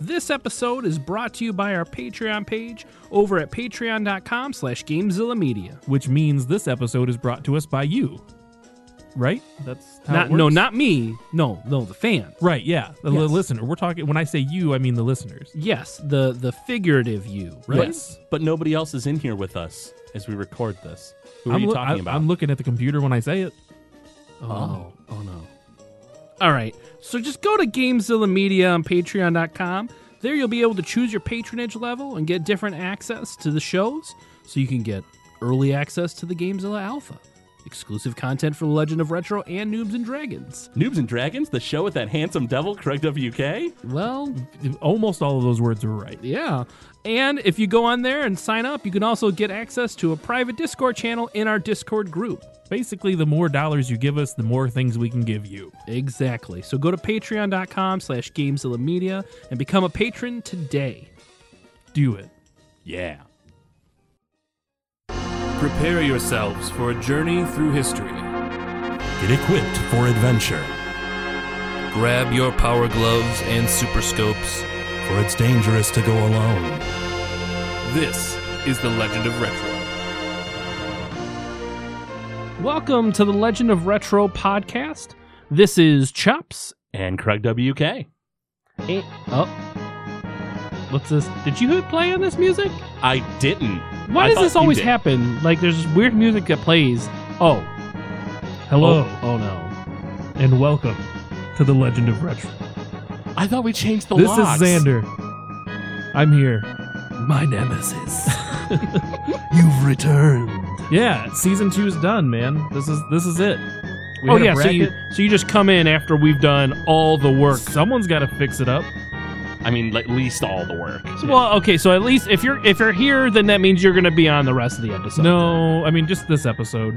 This episode is brought to you by our Patreon page over at patreon.com slash GameZilla Media. which means this episode is brought to us by you. Right? That's how Not, it works? no, not me. No, no, the fans. right. Yeah, the li- Yes. listener. We're talking. When I say you, I mean the listeners. Yes, the the figurative you, right? Yes, but nobody else is in here with us as we record this. Who are I'm you loo- talking I- about? I'm looking at the computer when I say it. Oh, oh no. All right. So just go to GameZilla Media on Patreon.com. There you'll be able to choose your patronage level and get different access to the shows. So you can get early access to the GameZilla Alpha, exclusive content for The Legend of Retro and Noobs and Dragons. Noobs and Dragons, the show with that handsome devil, Craig WK. Well, Almost all of those words were right. yeah. And if you go on there and sign up, you can also get access to a private Discord channel in our Discord group. Basically, the more dollars you give us, the more things we can give you. Exactly. So go to patreon.com slash GameZilla Media and become a patron today. Do it. Yeah. Prepare yourselves for a journey through history. Get equipped for adventure, Grab your power gloves and super scopes. for it's dangerous to go alone. This is the Legend of Retro. Welcome to the Legend of Retro podcast. This is Chops. And Craig WK. Eh, oh. What's this? Did you hit play on this music? I didn't. Why I does thought this you always did. happen? Like there's this weird music that plays. Oh. Hello Oh, oh no. and welcome to the Legend of Retro. I thought we changed the this locks. is Xander. I'm here. My nemesis. You've returned. Yeah, season two is done, man. This is this is it. We oh had a yeah, so you bracket. so you just come in after we've done all the work. Someone's got to fix it up. I mean, at least all the work. So, well, okay, so at least if you're if you're here, then that means you're gonna be on the rest of the episode. No, I mean just this episode,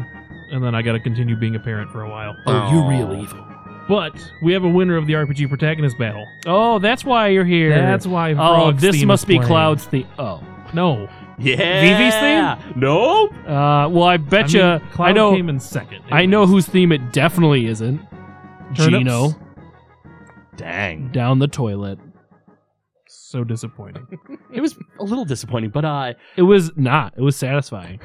and then I got to continue being a parent for a while. Oh, you real evil. But we have a winner of the RPG protagonist battle. Oh, that's why you're here. That's why. Oh, Frog's this theme must is be playing. Cloud's the Oh. No, Yeah. VV's thing? Nope. Uh, well, I bet you. I, I, mean, Cloud know. Came in second. I know whose theme it definitely isn't. Turnips. Gino Dang. down the toilet. So disappointing. It was a little disappointing, but uh, It was not. It was satisfying.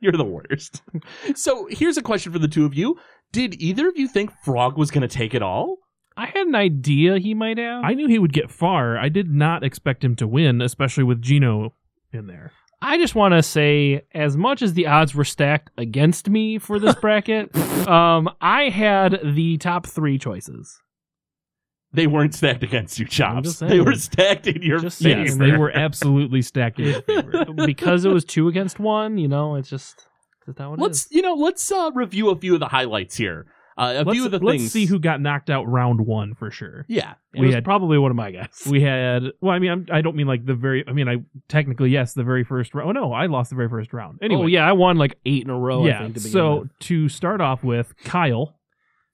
you're the worst. so here's a question for the two of you. Did either of you think Frog was going to take it all? I had an idea he might have. I knew he would get far. I did not expect him to win, especially with Gino in there. I just want to say, as much as the odds were stacked against me for this bracket, um, I had the top three choices. They weren't stacked against you, Chops. just They were saying. stacked in your Just saying. favor. Yes, they were absolutely stacked in his favor. because it was two against one, you know, it's just that's how it let's is. you know let's uh, review a few of the highlights here. Uh, a let's, few of the let's things. see who got knocked out round one for sure. Yeah. It we was had- probably one of my guys. We had well, I mean, I'm, I don't mean like the very. I mean, I technically yes, the very first round. Oh no, I lost the very first round. Anyway, oh yeah, I won like eight in a row. I yeah. think, to begin so with. to start off with, Kyle,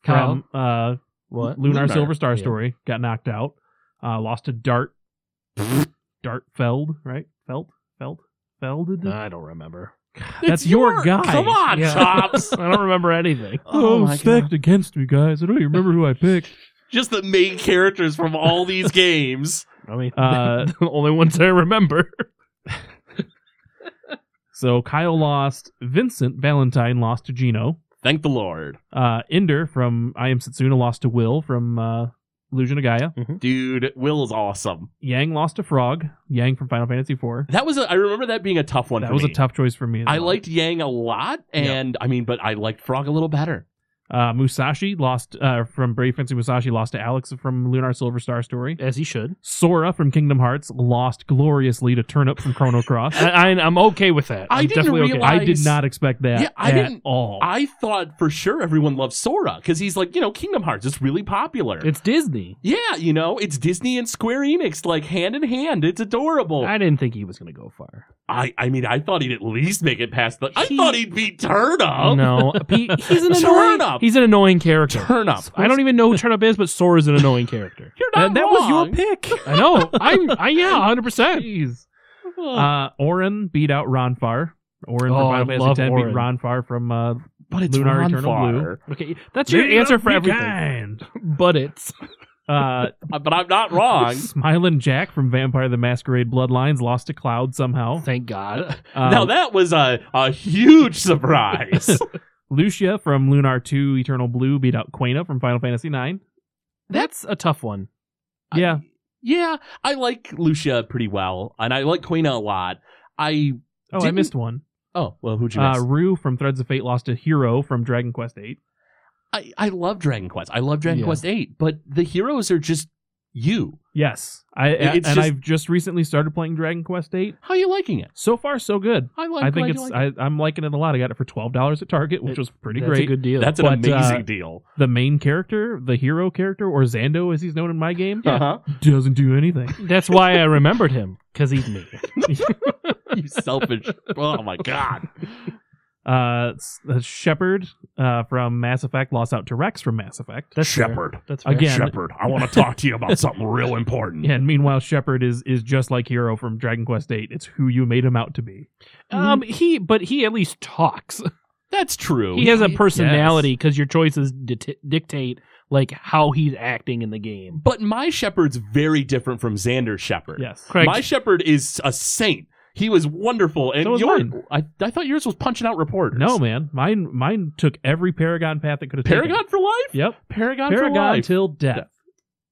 Kyle? from uh, what? Lunar, Lunar, Silver Star yeah. Story got knocked out. Uh, lost to Dart, Dart Feld, right? Feld, Feld, Felded. I don't remember. That's It's your guy. Come on, Yeah. Chops. I don't remember anything. Oh, stacked against me, guys. I don't even remember who I picked. Just the main characters from all these games. I mean, Uh, the only ones I remember. So Kyle lost. Vincent Valentine lost to Gino. Thank the Lord. Uh, Ender from I Am Setsuna lost to Will from uh, Illusion of Gaia. Dude, Will is awesome. Yang lost to Frog. Yang from Final Fantasy IV. That was a, I remember that being a tough one That for was a me. tough choice for me. as I well. liked Yang a lot, and I mean, but I liked Frog a little better. uh, Musashi lost uh, from Brave Fancy Musashi lost to Alex from Lunar Silver Star Story. As he should. Sora from Kingdom Hearts lost gloriously to Turnip from Chrono Cross. I, I, I'm okay with that. I I'm didn't definitely okay. realize- I did not expect that Yeah, I at didn't- all. I thought for sure everyone loved Sora because he's like, you know, Kingdom Hearts. It's really popular. It's Disney. yeah, you know, it's Disney and Square Enix like hand in hand. It's adorable. I didn't think he was going to go far. I I mean I thought he'd at least make it past the I He- thought he'd beat Turnup. No, Oh. he, he's an Turn annoying. up. He's an annoying character. Turnup. I don't even know who Turnup is, but Sora's an annoying character. You're not that that was your wrong. pick. I know. I'm. I yeah, 100. percent Jeez. Uh, Oren beat out Ron Far. Oren Oh, I from Final love Fantasy X Oren. beat Ron Far from uh, But it's Lunar Ron Eternal Farr. Blue. Okay, that's your answer for everything. But it's Uh, but I'm not wrong. Smiling Jack from Vampire the Masquerade Bloodlines lost to Cloud somehow. Thank God. Um, now that was a, a huge surprise. Lucia from Lunar 2 Eternal Blue beat out Quaina from Final Fantasy 9. That's a tough one. I- Yeah. yeah, I like Lucia pretty well, and I like Quina a lot. I Oh, I Didn't- missed one. oh well, who'd you miss? Uh, Rue from Threads of Fate lost to Hero from Dragon Quest 8. I I love Dragon Quest. I love Dragon Yeah. Quest Eight, but the heroes are just you. Yes. I It's and just- I've just recently started playing Dragon Quest 8. How are you liking it? So far so good. I like. I think like- it's like- I, I'm liking it a lot. I got it for twelve dollars at Target, which It- was pretty That's great. a good deal. that's an but, uh, amazing deal. the main character, the hero character, or Zando as he's known in my game, Uh-huh. doesn't do anything. That's why I remembered him because he's me. you selfish. oh my god. Uh, s- uh, Shepard uh, from Mass Effect lost out to Rex from Mass Effect. That's fair. That's fair. Again. Shepard, I want to talk to you about something real important. Yeah, and meanwhile, Shepard is is just like Hero from Dragon Quest Eight. It's who you made him out to be. Um, he but he at least talks. That's Oh, true. He has a personality because your choices dit- dictate like how he's acting in the game. But my shepherd's very different from Xander's shepherd. Yes, Craig, Mm-hmm. My shepherd is a saint. He was wonderful, and So was your, I, I thought yours was punching out reporters. No man, mine mine took every Paragon path that could have Paragon for life. Taken. Yep, Paragon, for Paragon life. till death.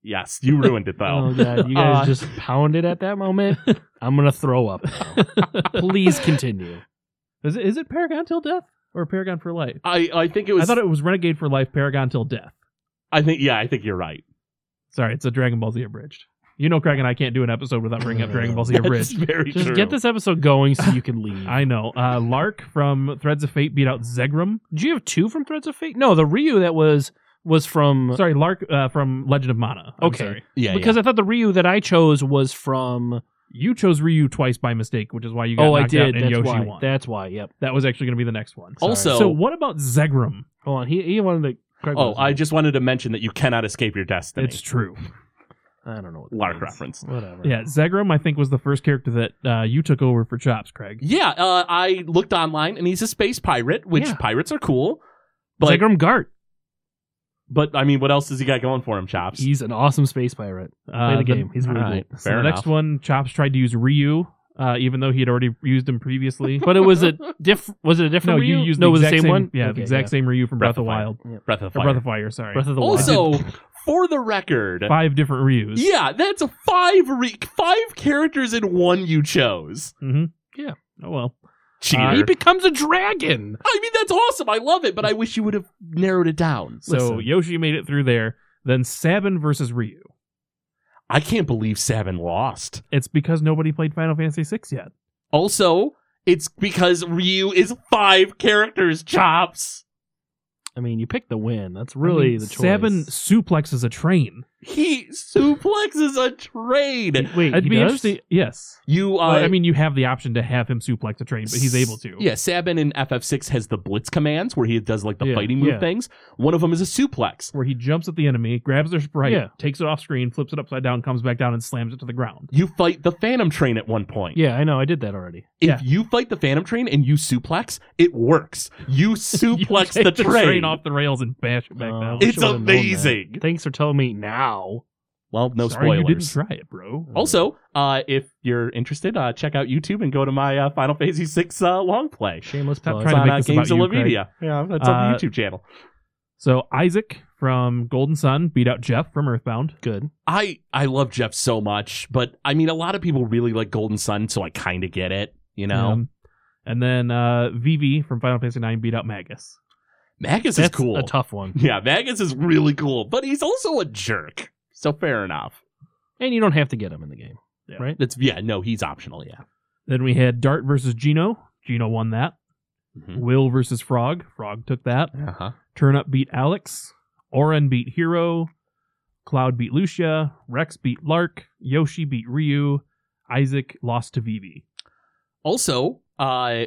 yes, you ruined it though. oh god, you guys Uh, just pounded at that moment. I'm gonna throw up. now. Please continue. Is it, is it Paragon till death or Paragon for life? I I think it was. I thought it was Renegade for life, Paragon till death. I think yeah. I think you're right. Sorry, it's a Dragon Ball Z abridged. You know, Craig and I can't do an episode without bringing up Dragon Ball Z That's abridged. very Just true. get this episode going so you can leave. I know. Uh, Lark from Threads of Fate beat out Zegram. Did you have two from Threads of Fate? No, the Ryu that was was from Sorry, Lark uh, from Legend of Mana. I'm Okay. sorry. Yeah, because I thought the Ryu that I chose was from. You chose Ryu twice by mistake, which is why you got Oh, I knocked out did. and That's Yoshi why. won. That, That's why. Yep. was actually going to be the next one. yeah. Also, so what about Zegram? Hold on. He he wanted to. Craig oh, was- I just wanted to mention that you cannot escape your destiny. It's true. I don't know. What that Lark means. reference. Whatever. Yeah, Zegram I think was the first character that uh, you took over for Chops, Craig. Yeah, uh, I looked online, and he's a space pirate, which Yeah. pirates are cool. But Zegram Gart. but I mean, what else does he got going for him, chops? He's an awesome space pirate. Play Uh, the game. He's really all right. cool. So Fair the next enough. one, Chops tried to use Ryu, uh, even though he had already used him previously. But it was a diff. Was it a no, different? you Ryu? used no, the it was the exact same, one. Yeah, Okay, the exact yeah. same Ryu from Breath, of Breath of Fire. Wild. Breath of Or Fire. Breath of Fire, sorry. Breath of the Wild. also, for the record, Five different Ryus. yeah, that's a five re- five characters in one you chose. hmm Yeah. Oh, well. Cheater. Uh, he becomes a dragon. I mean, that's awesome. I love it, but I wish you would have narrowed it down. So Listen. Yoshi made it through there. Then Sabin versus Ryu. I can't believe Sabin lost. It's because nobody played Final Fantasy VI yet. Also, it's because Ryu is five characters, chops. I mean, you picked the win. That's really I mean, the choice. Sabin suplexes a train. He suplexes a Wait, train. he does? interesting- Yes. You, uh, Well, I mean, you have the option to have him suplex a train, but he's able to. Yeah, Sabin in FF6 has the blitz commands where he does like the Yeah, fighting move yeah. things. One of them is a suplex. Where he jumps at the enemy, grabs their sprite, Yeah. takes it off screen, flips it upside down, comes back down, and slams it to the ground. You fight the Phantom Train at one point. Yeah, I know. I did that already. If yeah. you fight the Phantom Train and you suplex, it works. You You suplex take the, the train. off the rails and bash it back Oh, down. I wish It's I would've known that. amazing. Thanks for telling me now. Well, no Sorry spoilers. you didn't try it, bro. Oh, Also, uh, if you're interested, uh, check out YouTube and go to my uh, Final Fantasy VI uh, long play. Shameless Stop plug. trying to It's on make uh, this Games of about you, Craig. Lavinia. Yeah, that's on Uh, the YouTube channel. So Isaac from Golden Sun beat out Jeff from Earthbound. Good. I I love Jeff so much, but I mean, a lot of people really like Golden Sun, so I kind of get it. You know, Um, and then uh, Vivi from Final Fantasy IX beat out Magus. Magus That's is cool. a tough one. yeah, Magus is really cool, but he's also a jerk. So fair enough. And you don't have to get him in the game. That's yeah. No, he's optional. Yeah. Then we had Dart versus Gino. Gino won that. Mhm. Will versus Frog. Frog took that. Uh Uh-huh. huh. Turnup beat Alex. Oren beat Hero. Cloud beat Lucia. Rex beat Lark. Yoshi beat Ryu. Isaac lost to Vivi. Also, uh,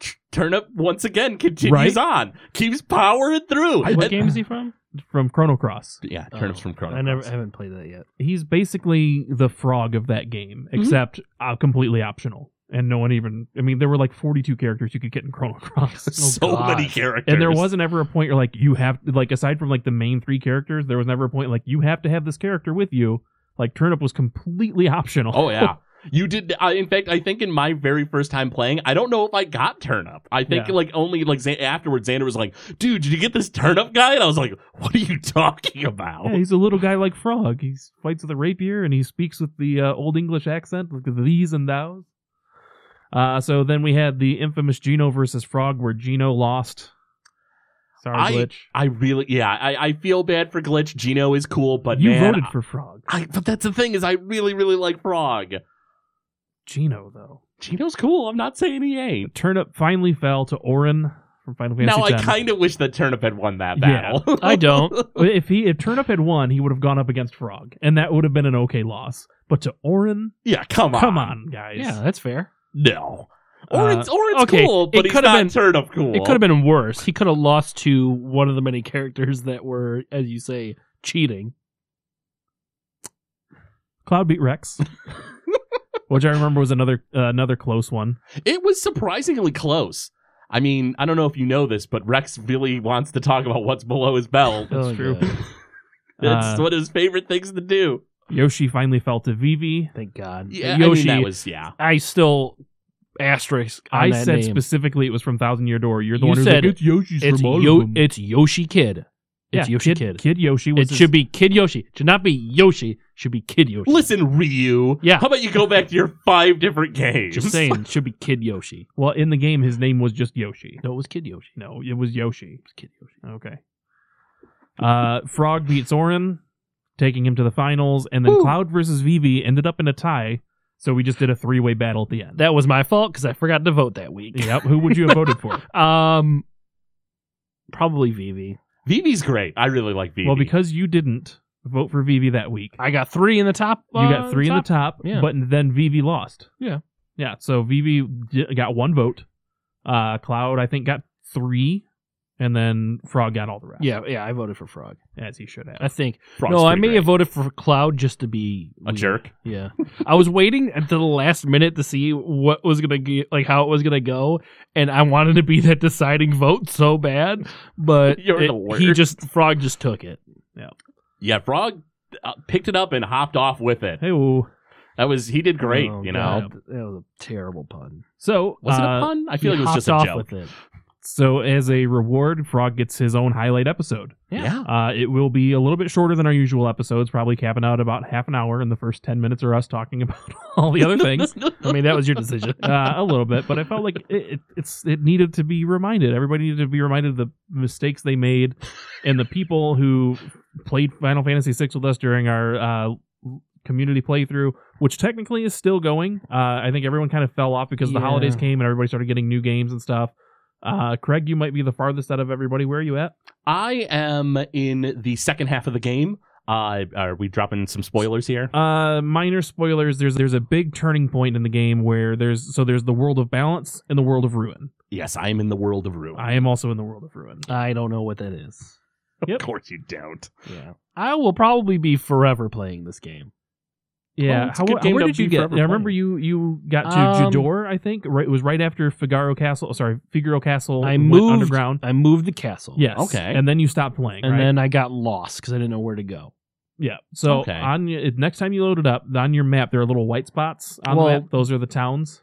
T- Turnip once again continues Right? on, keeps powering through. I- What And- game is he from? From Chrono Cross. Yeah, Turnip's Oh, from Chrono. I never I Cross. haven't played that yet. He's basically the frog of that game, except uh, completely optional. and no one even. I mean, there were like 42 characters you could get in Chrono Cross. so Oh, many characters. And there wasn't ever a point where like you have like aside from like the main three characters, there was never a point like you have to have this character with you. Like turnip was completely optional. Oh yeah. You did. I, in fact, I think in my very first time playing, I don't know if I got turn up. I think Yeah. like only like Xan- afterwards, Xander was like, "Dude, did you get this turn up guy?" And I was like, "What are you talking about?" Yeah, he's a little guy like Frog. He fights with a rapier and he speaks with the uh, old English accent, like the these and thous. Uh, so then we had the infamous Gino versus Frog, where Gino lost. Sorry, I- glitch. I really, yeah, I, I feel bad for Glitch. Gino is cool, but you man, voted for Frog. I, but that's the thing is, I really, really like Frog. Gino though. Gino's cool. I'm not saying he ain't. Turnip finally fell to Orin from Final Fantasy. now I X. kind of wish that Turnip had won that Yeah, battle. I don't. But if he if Turnip had won, he would have gone up against Frog, and that would have been an okay loss. But to Orin, yeah, come on, come on, guys. Yeah, that's fair. no. Orin's, Orin's okay, cool, it but he's could've not been- Turnip cool. It could have been worse. He could have lost to one of the many characters that were, as you say, cheating. Cloud beat Rex, which I remember was another uh, another close one. It was surprisingly close. I mean, I don't know if you know this, but Rex really wants to talk about what's below his belt. That's true. That's Uh, one of his favorite things to do. Yoshi finally fell to Vivi. Thank God. Yeah, I mean, Yoshi. I, that was yeah. still asterisk. On I that said name. specifically it was from Thousand Year Door. You're the You one who said said like, it's Yoshi's it's from all Yo- of them." it's Yoshi Kid. It's Yeah, Yoshi Kid, Kid. Kid Yoshi was It should be Kid Yoshi. It should not be Yoshi. It should be Kid Yoshi. Listen, Ryu. Yeah. How about you go back to your five different games? Just saying, it should be Kid Yoshi. well in the game. His name was just Yoshi. No, it was Kid Yoshi. No, it was Yoshi. It was Kid Yoshi. Okay. Uh, Frog beats Orin, taking him to the finals, and then Woo. Cloud versus Vivi ended up in a tie. So we just did a three way battle at the end. That was my fault because I forgot to vote that week. yep. Who would you have voted for? Um, probably Vivi. Vivi's great. I really like Vivi. well, because you didn't vote for Vivi that week, I got three in the top. you got three in the top, yeah. but then Vivi lost. Yeah. Yeah. So Vivi di- got one vote. Uh, Cloud, I think, got three. And then Frog got all the rest. Yeah, yeah, I voted for Frog. As he should have. I think. Frog's no, I pretty may great. have voted for Cloud just to be a weird. jerk. Yeah, I was waiting until the last minute to see what was gonna get, like how it was gonna go, and I wanted to be that deciding vote so bad, but You're it- the he worst. just Frog just took it. Yeah, Frog uh, picked it up and hopped off with it. Hey, whoa. That was he did great. Oh, you know, God, that was a terrible pun. So, was it a uh, pun? I feel He like it was hopped just a off joke. with it. So, as a reward, Frog gets his own highlight episode. Yeah. Uh, it will be a little bit shorter than our usual episodes, probably capping out about half an hour, and the first 10 minutes are us talking about all the other things. I mean, that was your decision. uh, a little bit, but I felt like it, it, it's it needed to be reminded. Everybody needed to be reminded of the mistakes they made, and the people who played Final Fantasy VI with us during our uh, community playthrough, which technically is still going. Uh, I think everyone kind of fell off because the Yeah. holidays came and everybody started getting new games and stuff. Uh, Craig, you might be the farthest out of everybody. Where are you at? I am in the second half of the game. Uh, are we dropping some spoilers here? Uh, minor spoilers. There's there's a big turning point in the game where there's so there's the world of balance and the world of ruin. Yes, I am in the world of Ruin. I am also in the world of ruin. I don't know what that is. Yep. Of course, you don't. Yeah, I will probably be forever playing this game. Yeah, Well, it's a good game where to did you be get? forever I remember playing. you you got to Um, Jador, I think. Right, it was right after Figaro Castle. uh, Sorry, Figaro Castle. I went moved underground. I moved the castle. Yes. Okay. And then you stopped playing. and right? then I got lost because I didn't know where to go. yeah. So Okay. on your, next time you load it up on your map, there are little white spots on Well- the map. Those are the towns.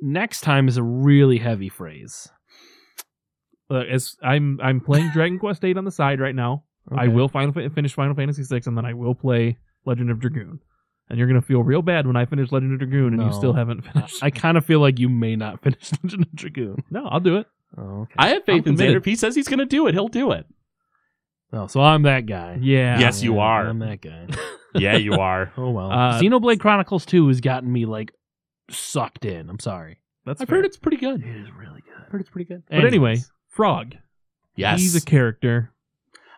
Next time is a really heavy phrase. Look, Uh, as I'm I'm playing Dragon Quest Eight on the side right now. I will final Fa- finish Final Fantasy Six, and then I will play Legend of Dragoon. And you're gonna feel real bad when I finish Legend of Dragoon, and No. you still haven't finished. I kind of feel like you may not finish Legend of Dragoon. no, I'll do it. Oh, okay. I have faith I'm in Xander. committed. If he says he's going to do it, he'll do it. Oh, so I'm that guy. Yeah. Yes, you Yeah, are. I'm that guy. yeah, you are. Oh well. Uh, Xenoblade Chronicles Two has gotten me like sucked in. I'm sorry. That's I've fair. heard it's pretty good. It is really good. heard it's pretty good. But anyway, Frog. Yes. He's a character.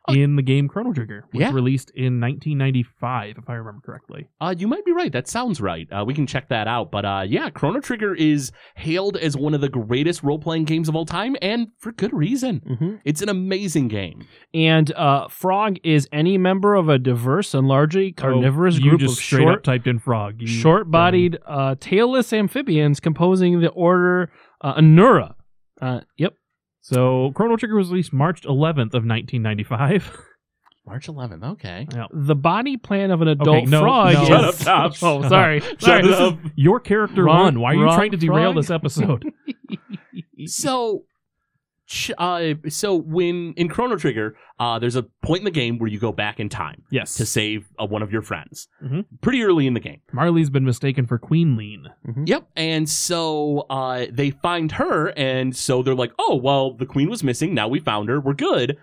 Oh. in the game Chrono Trigger, which Yeah. released in 1995, if I remember correctly. Uh, you might be right. That sounds right. Uh, we can check that out. But uh, yeah, Chrono Trigger is hailed as one of the greatest role playing games of all time, and for good reason. Mm-hmm. It's an amazing game. And uh, frog is any member of a diverse and largely carnivorous Oh, you group just of straight short, up typed in frog. You- short-bodied, uh, tailless amphibians composing the order uh, Anura. Uh, yep. So Chrono Trigger was released March 11th of 1995. March 11th. Okay. The body plan of an adult no, frog. no. Is... Shut up, Tops. Oh, sorry. sorry. Shut This is- up. Your character Wrong- won. Why are you wrong trying to derail frog? this episode? So, ch- uh, so when in Chrono Trigger, uh, there's a point in the game where you go back in time yes. to save uh, one of your friends. Mhm. Pretty early in the game. Marley's been mistaken for Queen Lean. Yep. And so uh, they find her, and so they're like, oh, well, the queen was missing. Now we found her. We're good.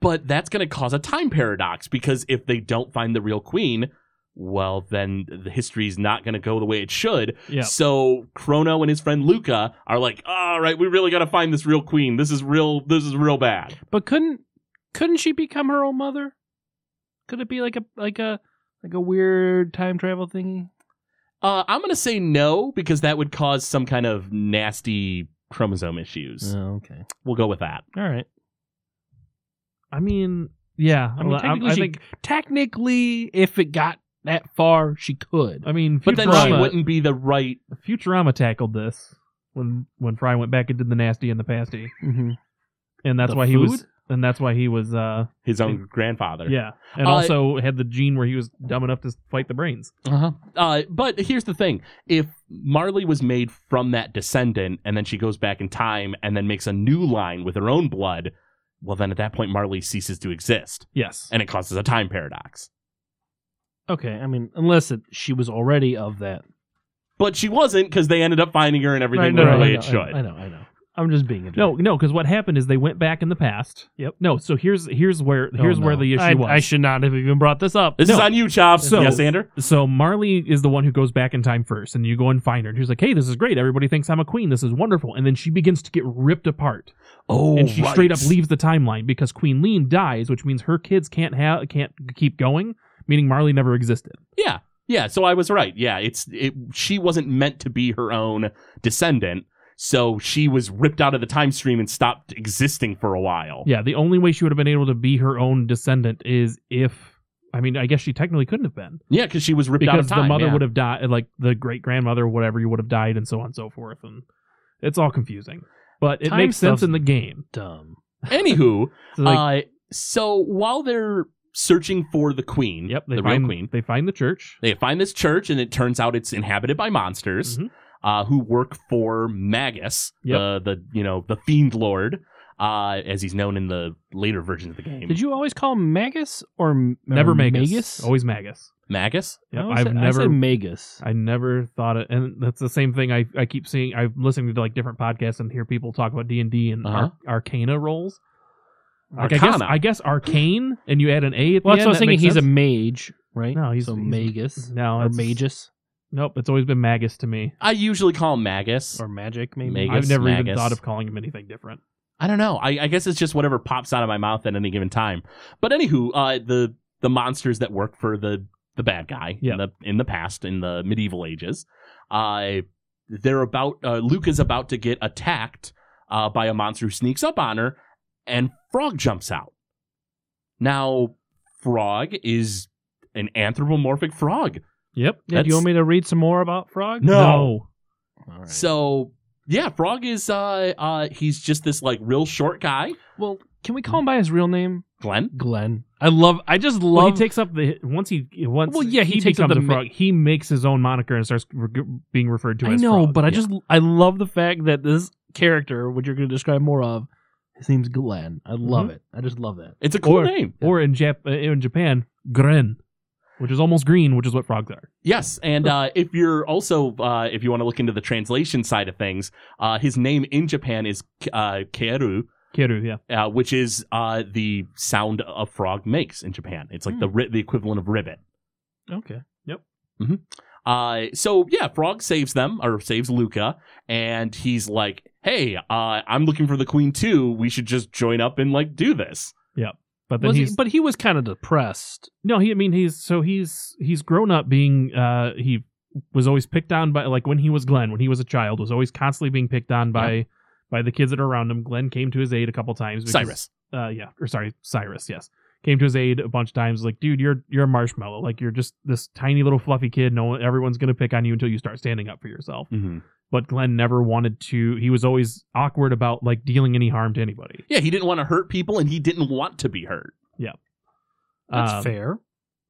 But that's going to cause a time paradox because if they don't find the real queen, well, then the history's not going to go the way it should. Yeah. So Chrono and his friend Luca are like, all right, we really got to find this real queen. This is real. This is real bad. But couldn't couldn't she become her own mother? Could it be like a like a like a weird time travel thingy? Uh, I'm going to say no because that would cause some kind of nasty chromosome issues. Oh, okay. We'll go with that. All right. I mean, yeah. I mean, well, technically, I she- think. Technically, if it got that far, she could. I mean, But then Futurama, she wouldn't be the right Futurama tackled this when when Fry went back and did the nasty and the pasty, Mm-hmm. and that's The why he was, food? and that's why he was, uh, his own grandfather. yeah, and Uh, also had the gene where he was dumb enough to fight the brains. Uh-huh. Uh, but here's the thing: if Marley was made from that descendant, and then she goes back in time and then makes a new line with her own blood, well, then at that point Marley ceases to exist, Yes, and it causes a time paradox. Okay. I mean, unless it, she was already of that. But she wasn't because they ended up finding her and everything I know, the way I know, it should. I know. I know. I am just being a no, no, because what happened is they went back in the past. Yep. No, so here's here's where here's where the issue Oh, I, was. I should not have even brought this up. This is on you, Chops. So- yes, Ander. so Marley is the one who goes back in time first, and you go and find her, and she's like, "Hey, this is great. Everybody thinks I'm a queen. This is wonderful." And then she begins to get ripped apart. Oh, and she straight up leaves the timeline because Queen Lean dies, which means her kids can't have can't keep going, meaning Marley never existed. Yeah, yeah. So I was right. Yeah, it's it. She wasn't meant to be her own descendant, so she was ripped out of the time stream and stopped existing for a while. Yeah, the only way she would have been able to be her own descendant is if I mean, I guess she technically couldn't have been Yeah, because she was ripped out because of time. the mother yeah. would have died, like the great grandmother, whatever, you would have died, and so on and so forth, and it's all confusing. But it Time makes sense stuff's in the game. dumb. Anywho, So like, uh, so while they're searching for the queen, yep, they the find real queen, They find the church. they find this church, and it turns out it's inhabited by monsters Mhm. uh, who work for Magus, Yep. the the you know the fiend lord, uh, as he's known in the later versions of the game. Did you always call him Magus or M- Never or Magus. Magus? Always Magus. Magus? Yep, I always I've said- I never said Magus. I never thought it, and that's the same thing I, I keep seeing. I'm listening to like different podcasts and hear people talk about D and D and Uh-huh. Ar- Arcana roles. Like I guess Arcana. I guess Arcane, and you add an A at Well, that's the what end. I was that thinking. makes He's a mage, sense. right? No, he's- so he's- magus no or it's- magus Nope, it's always been Magus to me. I usually call him Magus. or magic, maybe. Mag- I've Magus, never even Magus. thought of calling him anything different. I don't know. I, I guess it's just whatever pops out of my mouth at any given time. But anywho, uh, the the monsters that work for the the bad guy Yeah. in the in the past in the medieval ages, uh, they're about uh, Luke is about to get attacked uh, by a monster who sneaks up on her, and Frog jumps out. Now, Frog is an anthropomorphic frog. Yep. yeah, do you want me to read some more about frog? No. No. All right. So yeah, Frog is uh uh he's just this like real short guy, well, can Hmm. we call him by his real name, Glenn. Glenn? I love. I just love. Well, he takes up the once he once Well, yeah, he takes up the becomes a ma- frog. he makes his own moniker and starts re- being referred to I as. know, frog. but I yeah. just I love the fact that this character, which you're going to describe more of, his name's Glenn. I Mm-hmm. love it. I just love that. It's a cool Or- name. or in Jap- uh, in Japan, gren, which is almost green, which is what frogs are. Yes, and uh, if you're also uh, if you want to look into the translation side of things, uh, his name in Japan is uh, Keru, Kiru, yeah. uh, which is uh, the sound a frog makes in Japan. It's like the ri- the equivalent of ribbit. Okay. Uh, so yeah, Frog saves them or saves Luca, and he's like, "Hey, uh, I'm looking for the queen too. We should just join up and like do this." But then Was he, he's but he was kind of depressed. no, he. I mean, he's so he's he's grown up being. uh He was always picked on by like when he was Glenn when he was a child was always constantly being picked on by by the kids that are around him. Glenn came to his aid a couple times. because- Cyrus. uh yeah or sorry cyrus yes came to his aid a bunch of times like dude you're you're a marshmallow like you're just this tiny little fluffy kid no one, everyone's gonna pick on you until you start standing up for yourself Mm-hmm. but glenn never wanted to he was always awkward about like dealing any harm to anybody Yeah, he didn't want to hurt people and he didn't want to be hurt. That's Um, fair.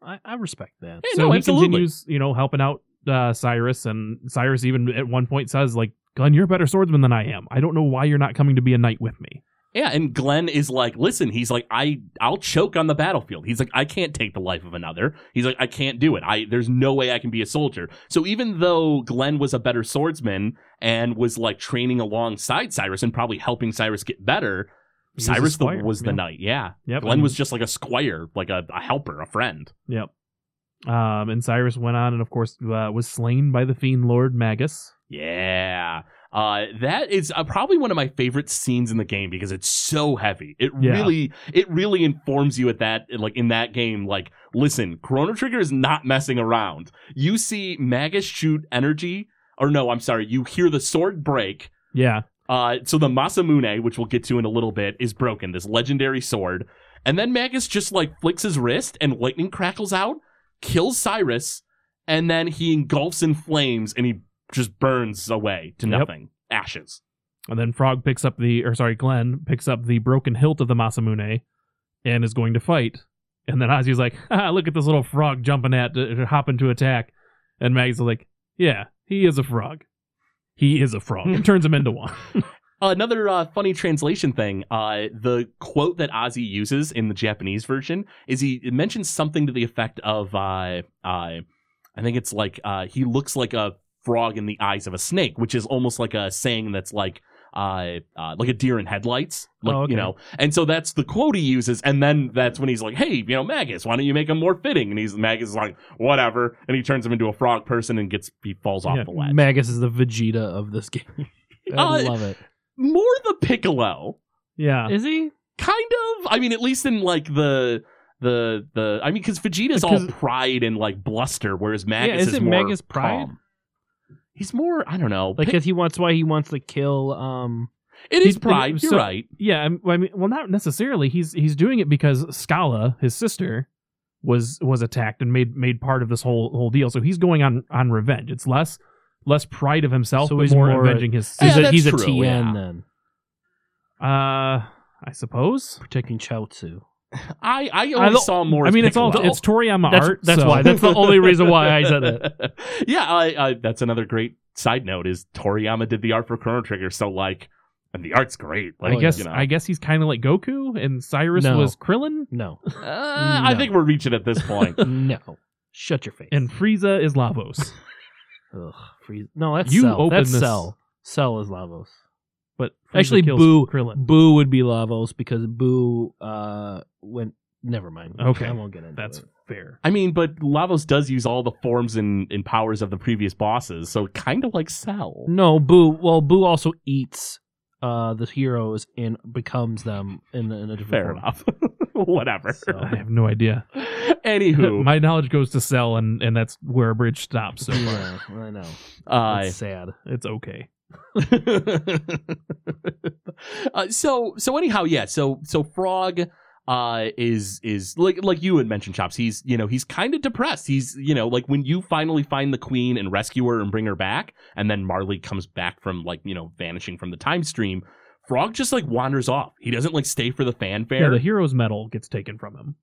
I, I respect that. Yeah, so no, he absolutely. continues you know helping out uh cyrus and cyrus even at one point says like glenn you're a better swordsman than i am i don't know why you're not coming to be a knight with me Yeah, and Glenn is like, listen, he's like, I I'll choke on the battlefield. He's like, I can't take the life of another. He's like, I can't do it. I there's no way I can be a soldier. So even though Glenn was a better swordsman and was like training alongside Cyrus and probably helping Cyrus get better, He was a Cyrus the- squire, was the yeah. knight. Yeah. yep Glenn and- was just like a squire, like a, a helper, a friend. Yep. Um, and Cyrus went on, and of course, uh, was slain by the fiend Lord Magus. Yeah. Uh, that is uh, probably one of my favorite scenes in the game because it's so heavy. It Yeah. really, it really informs you at that, like in that game, like, listen, Chrono Trigger is not messing around. You see Magus shoot energy, or no, I'm sorry, you hear the sword break. Yeah, Uh, so the Masamune, which we'll get to in a little bit, is broken, this legendary sword. And then Magus just like flicks his wrist and lightning crackles out, kills Cyrus, and then he engulfs in flames and he just burns away to Yep. nothing. Ashes. and then Frog picks up the, or sorry, Glenn picks up the broken hilt of the Masamune, and is going to fight. And then Ozzy's like, "Haha, "Look at this little frog jumping at, uh, hopping to attack." And Magus is like, "Yeah, he is a frog. He is a frog." and turns him into one. Another uh, funny translation thing uh, the quote that Ozzy uses in the Japanese version is he mentions something to the effect of uh, uh, I think it's like uh, he looks like a frog in the eyes of a snake, which is almost like a saying that's like. Uh, uh, like a deer in headlights, like, Oh, okay. you know, and so that's the quote he uses, and then that's when he's like, "Hey, you know, Magus, why don't you make him more fitting?" And he's Magus is like, "Whatever," and he turns him into a frog person and gets he falls off Yeah, the ledge. Magus is the Vegeta of this game. I Uh, love it. more the Piccolo, yeah, Is he? kind of i mean at least in like the the the i mean because vegeta's all 'Cause- pride and like bluster whereas magus Yeah, is isn't more Magus pride? calm. he's more i don't know Like Pic- if he wants why he wants to kill um it is he- pride you're so- right yeah. I'm- I mean, well, not necessarily. He's he's doing it because Scala, his sister, was was attacked and made made part of this whole whole deal. So he's going on on revenge. It's less less pride of himself, So but he's more, more- avenging his Yeah, sister. he's a, that's he's a TN true, yeah. then. Uh, I suppose. Protecting Chaozu. i i I always don't- saw more I as mean, it's all Piccolo. it's Toriyama That's, art. that's so- why. That's the only reason why I said it. yeah I, I that's another great side note is toriyama did the art for chrono trigger so like and the art's great like I Oh, guess you know. I guess he's kind of like Goku, and Cyrus No. was Krillin, No. Uh, i No. think we're reaching at this point No. Shut your face. and Frieza is Lavos. Ugh, freeze. No, that's You Cell. open that's this- Cell. Cell is Lavos. But Frieza Actually, kills Boo- Krillin. Boo would be Lavos because Boo uh went. Never mind. Okay. I won't get into That's it. fair. I mean, but Lavos does use all the forms and, and powers of the previous bosses, so kind of like Cell. No, Boo. Well, Boo also eats uh the heroes and becomes them in, in a different Fair form. enough. Whatever. So- I have no idea. Anywho, My knowledge goes to Cell, and and that's where a bridge stops. So far. Yeah, I know. uh, It's sad. it's okay. uh, so so anyhow, yeah. So so Frog uh is is like like you had mentioned chops he's you know he's kind of depressed he's you know like when you finally find the queen and rescue her and bring her back and then marley comes back from like you know vanishing from the time stream frog just like wanders off he doesn't like stay for the Yeah, fanfare the hero's medal gets taken from him.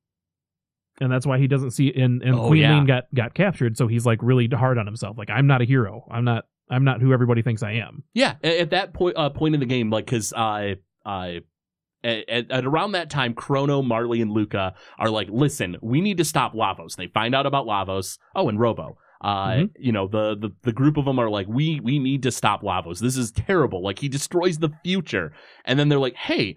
And that's why he doesn't see and, and Oh, Queen yeah. Lean got, got captured, so he's like really hard on himself. Like, I'm not a hero. I'm not I'm not who everybody thinks I am. Yeah, a- at that point uh, point in the game, like because I I at, at around that time, Chrono, Marley, and Luca are like, listen, we need to stop Lavos. They find out about Lavos. Oh, and Robo. Uh, Mhm. you know, the, the the group of them are like, we we need to stop Lavos. This is terrible. Like he destroys the future. And then they're like, hey,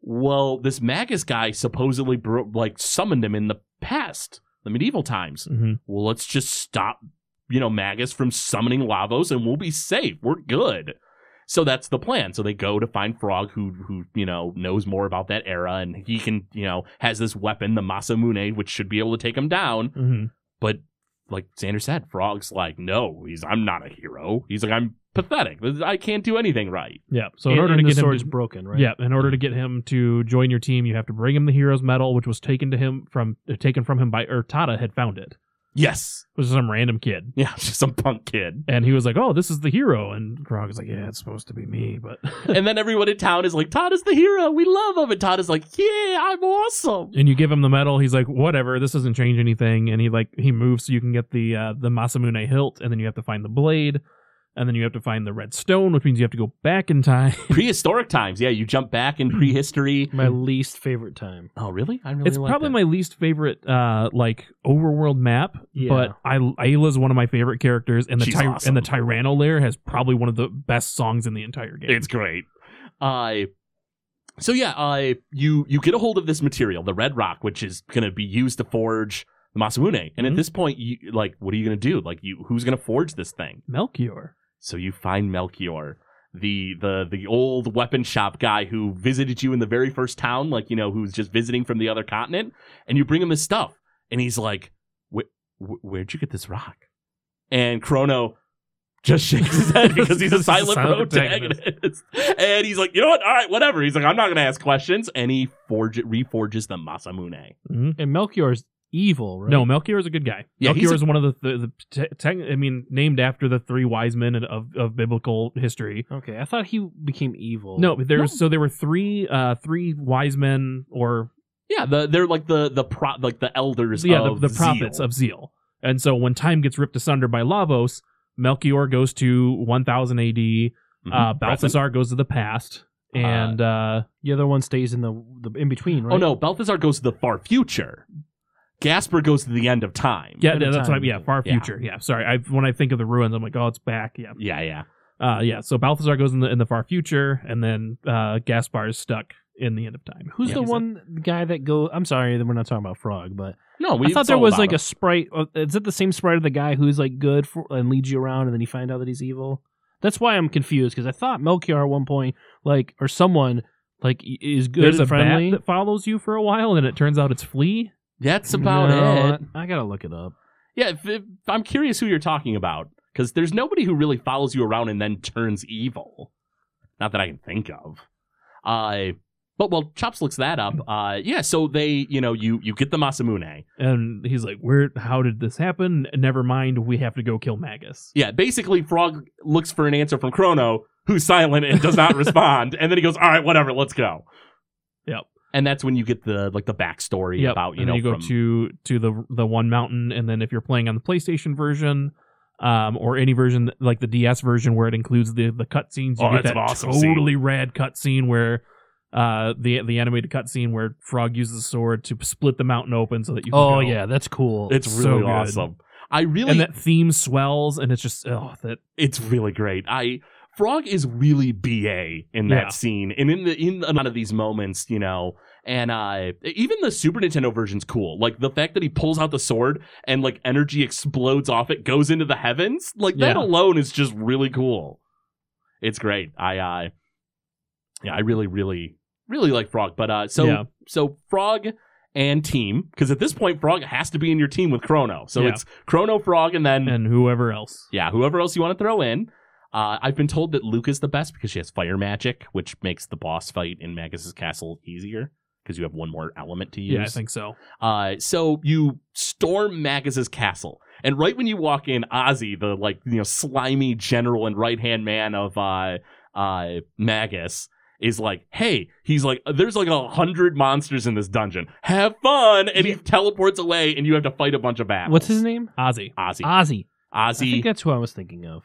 well, this Magus guy supposedly bro- like summoned him in the past, the medieval times Mm-hmm. well, let's just stop, you know, Magus from summoning Lavos and we'll be safe. We're good. So that's the plan. So they go to find Frog, who who you know knows more about that era, and he can you know has this weapon, the Masamune, which should be able to take him down. Mm-hmm. But like Xander said, Frog's like, no, he's I'm not a hero. He's like, I'm pathetic. I can't do anything right. Yeah. So in And- order and to the get him sword's to, broken, right? yeah, in order to get him to join your team, you have to bring him the hero's medal, which was taken to him from uh, taken from him by or Tata had found it, Yes. which is some random kid. Yeah, just some punk kid. And he was like, "Oh, this is the hero," and Grog is like, "Yeah, it's supposed to be me, but." and then everyone in town is like, Todd is the hero. We love him. And Todd is like, yeah, I'm awesome. and you give him the medal. He's like, "Whatever, this doesn't change anything." And he like he moves so you can get the uh, the Masamune hilt, and then you have to find the blade, and then you have to find the red stone, which means you have to go back in time. Prehistoric times. Yeah, you jump back in prehistory. My least favorite time. Oh, really? I really it's like probably that. my least favorite uh like overworld map, Yeah. but I Ayla's one of my favorite characters, and the She's Ty- awesome. and the Tyranno lair has probably one of the best songs in the entire game. It's great. I. so yeah, I you you get a hold of this material, the red rock, which is going to be used to forge the Masamune. And at Mhm. this point, you like, what are you going to do? Like, you who's going to forge this thing? Melchior. So you find Melchior, the the the old weapon shop guy who visited you in the very first town, like you know, who's just visiting from the other continent, and you bring him his stuff, and he's like, "Wh- wh- "Where'd you get this rock?" And Chrono just shakes his head because he's a silent Silent protagonist, and he's like, "You know what? All right, whatever." He's like, "I'm not gonna ask questions," and he forge reforges the Masamune. And Melchior's evil, right? Mm-hmm. No, Melchior is a good guy. Yeah, he's Melchior a- is one of the the, the te- te- I mean, named after the three wise men of of biblical history. Okay, I thought he became evil. No, but there was so there were three uh three wise men or Yeah, the, they're like the the pro, like the elders, yeah, of uh, the, the Zeal. prophets of Zeal. And so when time gets ripped asunder by Lavos, Melchior goes to 1000 AD, uh Mhm. Balthasar goes to the past Uh-huh. and uh, the other one stays in the the in between, right? Oh no, Balthazar goes to the far future. Gasper goes to the end of time. yeah, at yeah, a that's what I time, yeah, far yeah. future. Yeah, sorry. I when I think of the ruins, I'm like, "Oh, it's back." Yeah. Yeah, yeah. Uh yeah, so Balthasar goes in the in the far future and then uh Gaspar is stuck in the end of time. Who's Yeah. the He's one guy that go? I'm sorry, that we're not talking about Frog, but No, we I thought there was like a sprite. uh, Is it the same sprite of the guy who's like good for, and leads you around, and then you find out that he's evil? That's why I'm confused because I thought Melchior at one point, like, or someone like i- is good There's and a friendly. bat that follows you for a while, and it turns out it's Flea. That's about No, it. I I gotta look it up. Yeah, if, if- I'm curious who you're talking about because there's nobody who really follows you around and then turns evil. Not that I can think of. Uh, but well, Chops looks that up. Uh, yeah, so they, you know, you you get the Masamune. And he's like, "Where? How did this happen? Never mind. We have to go kill Magus." Yeah, basically, Frog looks for an answer from Chrono, who's silent and does not respond, and then he goes, "All right, whatever, let's go." Yep. And that's when you get the like the backstory Yep. about you and know then you go from- to to the the one mountain, and then if you're playing on the PlayStation version, um, or any version like the DS version where it includes the the cutscenes, you Oh, get that's that an awesome totally rad cutscene where. Uh, the the animated cutscene where Frog uses a sword to split the mountain open so that you. Can Oh go. yeah, that's cool. It's So really good. awesome. I really, and that theme swells, and it's just oh that it's really great. I Frog is really ba in that Yeah. scene, and in the in a lot of these moments, you know. And uh, even the Super Nintendo version's cool. Like the fact that he pulls out the sword and like energy explodes off it, goes into the heavens. Like that Yeah. alone is just really cool. It's great. I, uh, yeah, I really, really, really like Frog. But uh, so Yeah. so Frog and team, because at this point Frog has to be in your team with Chrono. So Yeah. it's Chrono, Frog, and then and whoever else. yeah, whoever else you want to throw in. Uh, I've been told that Luke is the best because she has fire magic, which makes the boss fight in Magus's castle easier because you have one more element to use. Yeah, I think so. Uh, so you storm Magus's castle, and right when you walk in, Ozzy, the like you know slimy general and right hand man of uh, uh, Magus, is like, "Hey, he's like, uh, there's like a hundred monsters in this dungeon. Have fun!" And he teleports away, and you have to fight a bunch of battles. What's his name? Ozzy. Ozzy? Ozzy. I Ozzy. think that's who I was thinking of.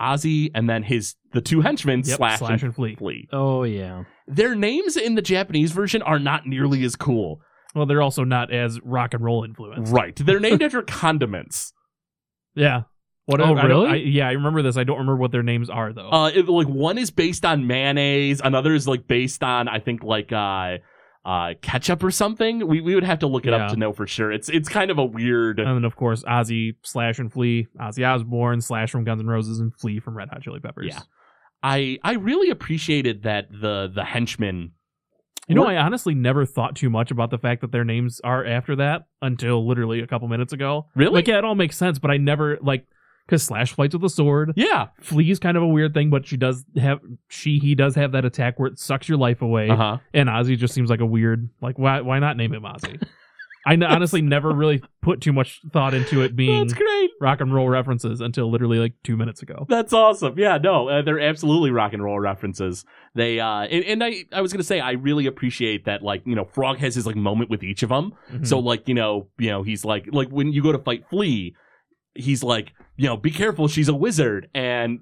Ozzy, and then his the two henchmen Yep, slash, slash and and flee. Flea. Oh yeah. Their names in the Japanese version are not nearly as cool. Well, they're also not as rock and roll influenced. Right. They're named after condiments. Yeah. What? Oh, I don't- really? I- yeah, I remember this. I don't remember what their names are though. Uh it- like one is based on mayonnaise, another is like based on I think like uh uh ketchup or something. We we would have to look it Yeah. Uh, up to know for sure. It's it's kind of a weird and then of course Ozzy slash and Flea, Ozzy Osbourne slash from Guns N' Roses and Flea from Red Hot Chili Peppers. Yeah. I I really appreciated that the the henchmen. You know, were- I honestly never thought too much about the fact that their names are after that until literally a couple minutes ago. Really? Like, yeah, it all makes sense, but I never like because Slash fights with a sword. yeah. Flea's kind of a weird thing, but she does have she he does have that attack where it sucks your life away, Uh huh. and Ozzy just seems like a weird like why why not name him Ozzy? I n- honestly never really put too much thought into it being That's great. rock and roll references until literally like two minutes ago. That's awesome. Yeah, no, uh, they're absolutely rock and roll references. They uh, and, and I, I was gonna say I really appreciate that. Like, you know, Frog has his like moment with each of them. So Hmm. like, you know, you know, he's like, like when you go to fight Flea, he's like, you know, be careful, she's a wizard, and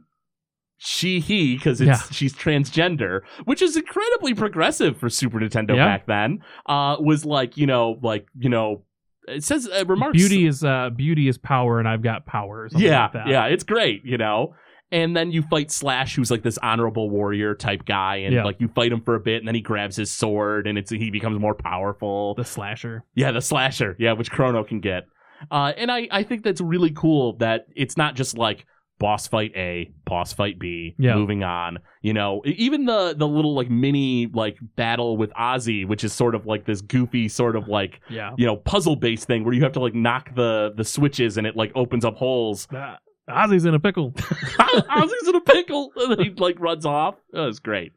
she he because it's she's transgender, which is incredibly progressive for Super Nintendo Yeah. back then. Uh, was like, you know, like you know, it says uh, remarks beauty is uh beauty is power, and I've got power. Or something yeah, like that. yeah, it's great, you know. And then you fight Slash, who's like this honorable warrior type guy, and Yeah. like you fight him for a bit, and then he grabs his sword, and it's he becomes more powerful. the slasher. yeah, the slasher, yeah, which Chrono can get. Uh, and I I think that's really cool that it's not just like boss fight A, boss fight B, Yeah. moving on. You know, E- even the the little like mini like battle with Ozzy, which is sort of like this goofy sort of like Yeah. you know puzzle based thing where you have to like knock the the switches and it like opens up holes. Uh, Ozzy's in a pickle. Ozzy's in a pickle. And then he like runs off. That was great.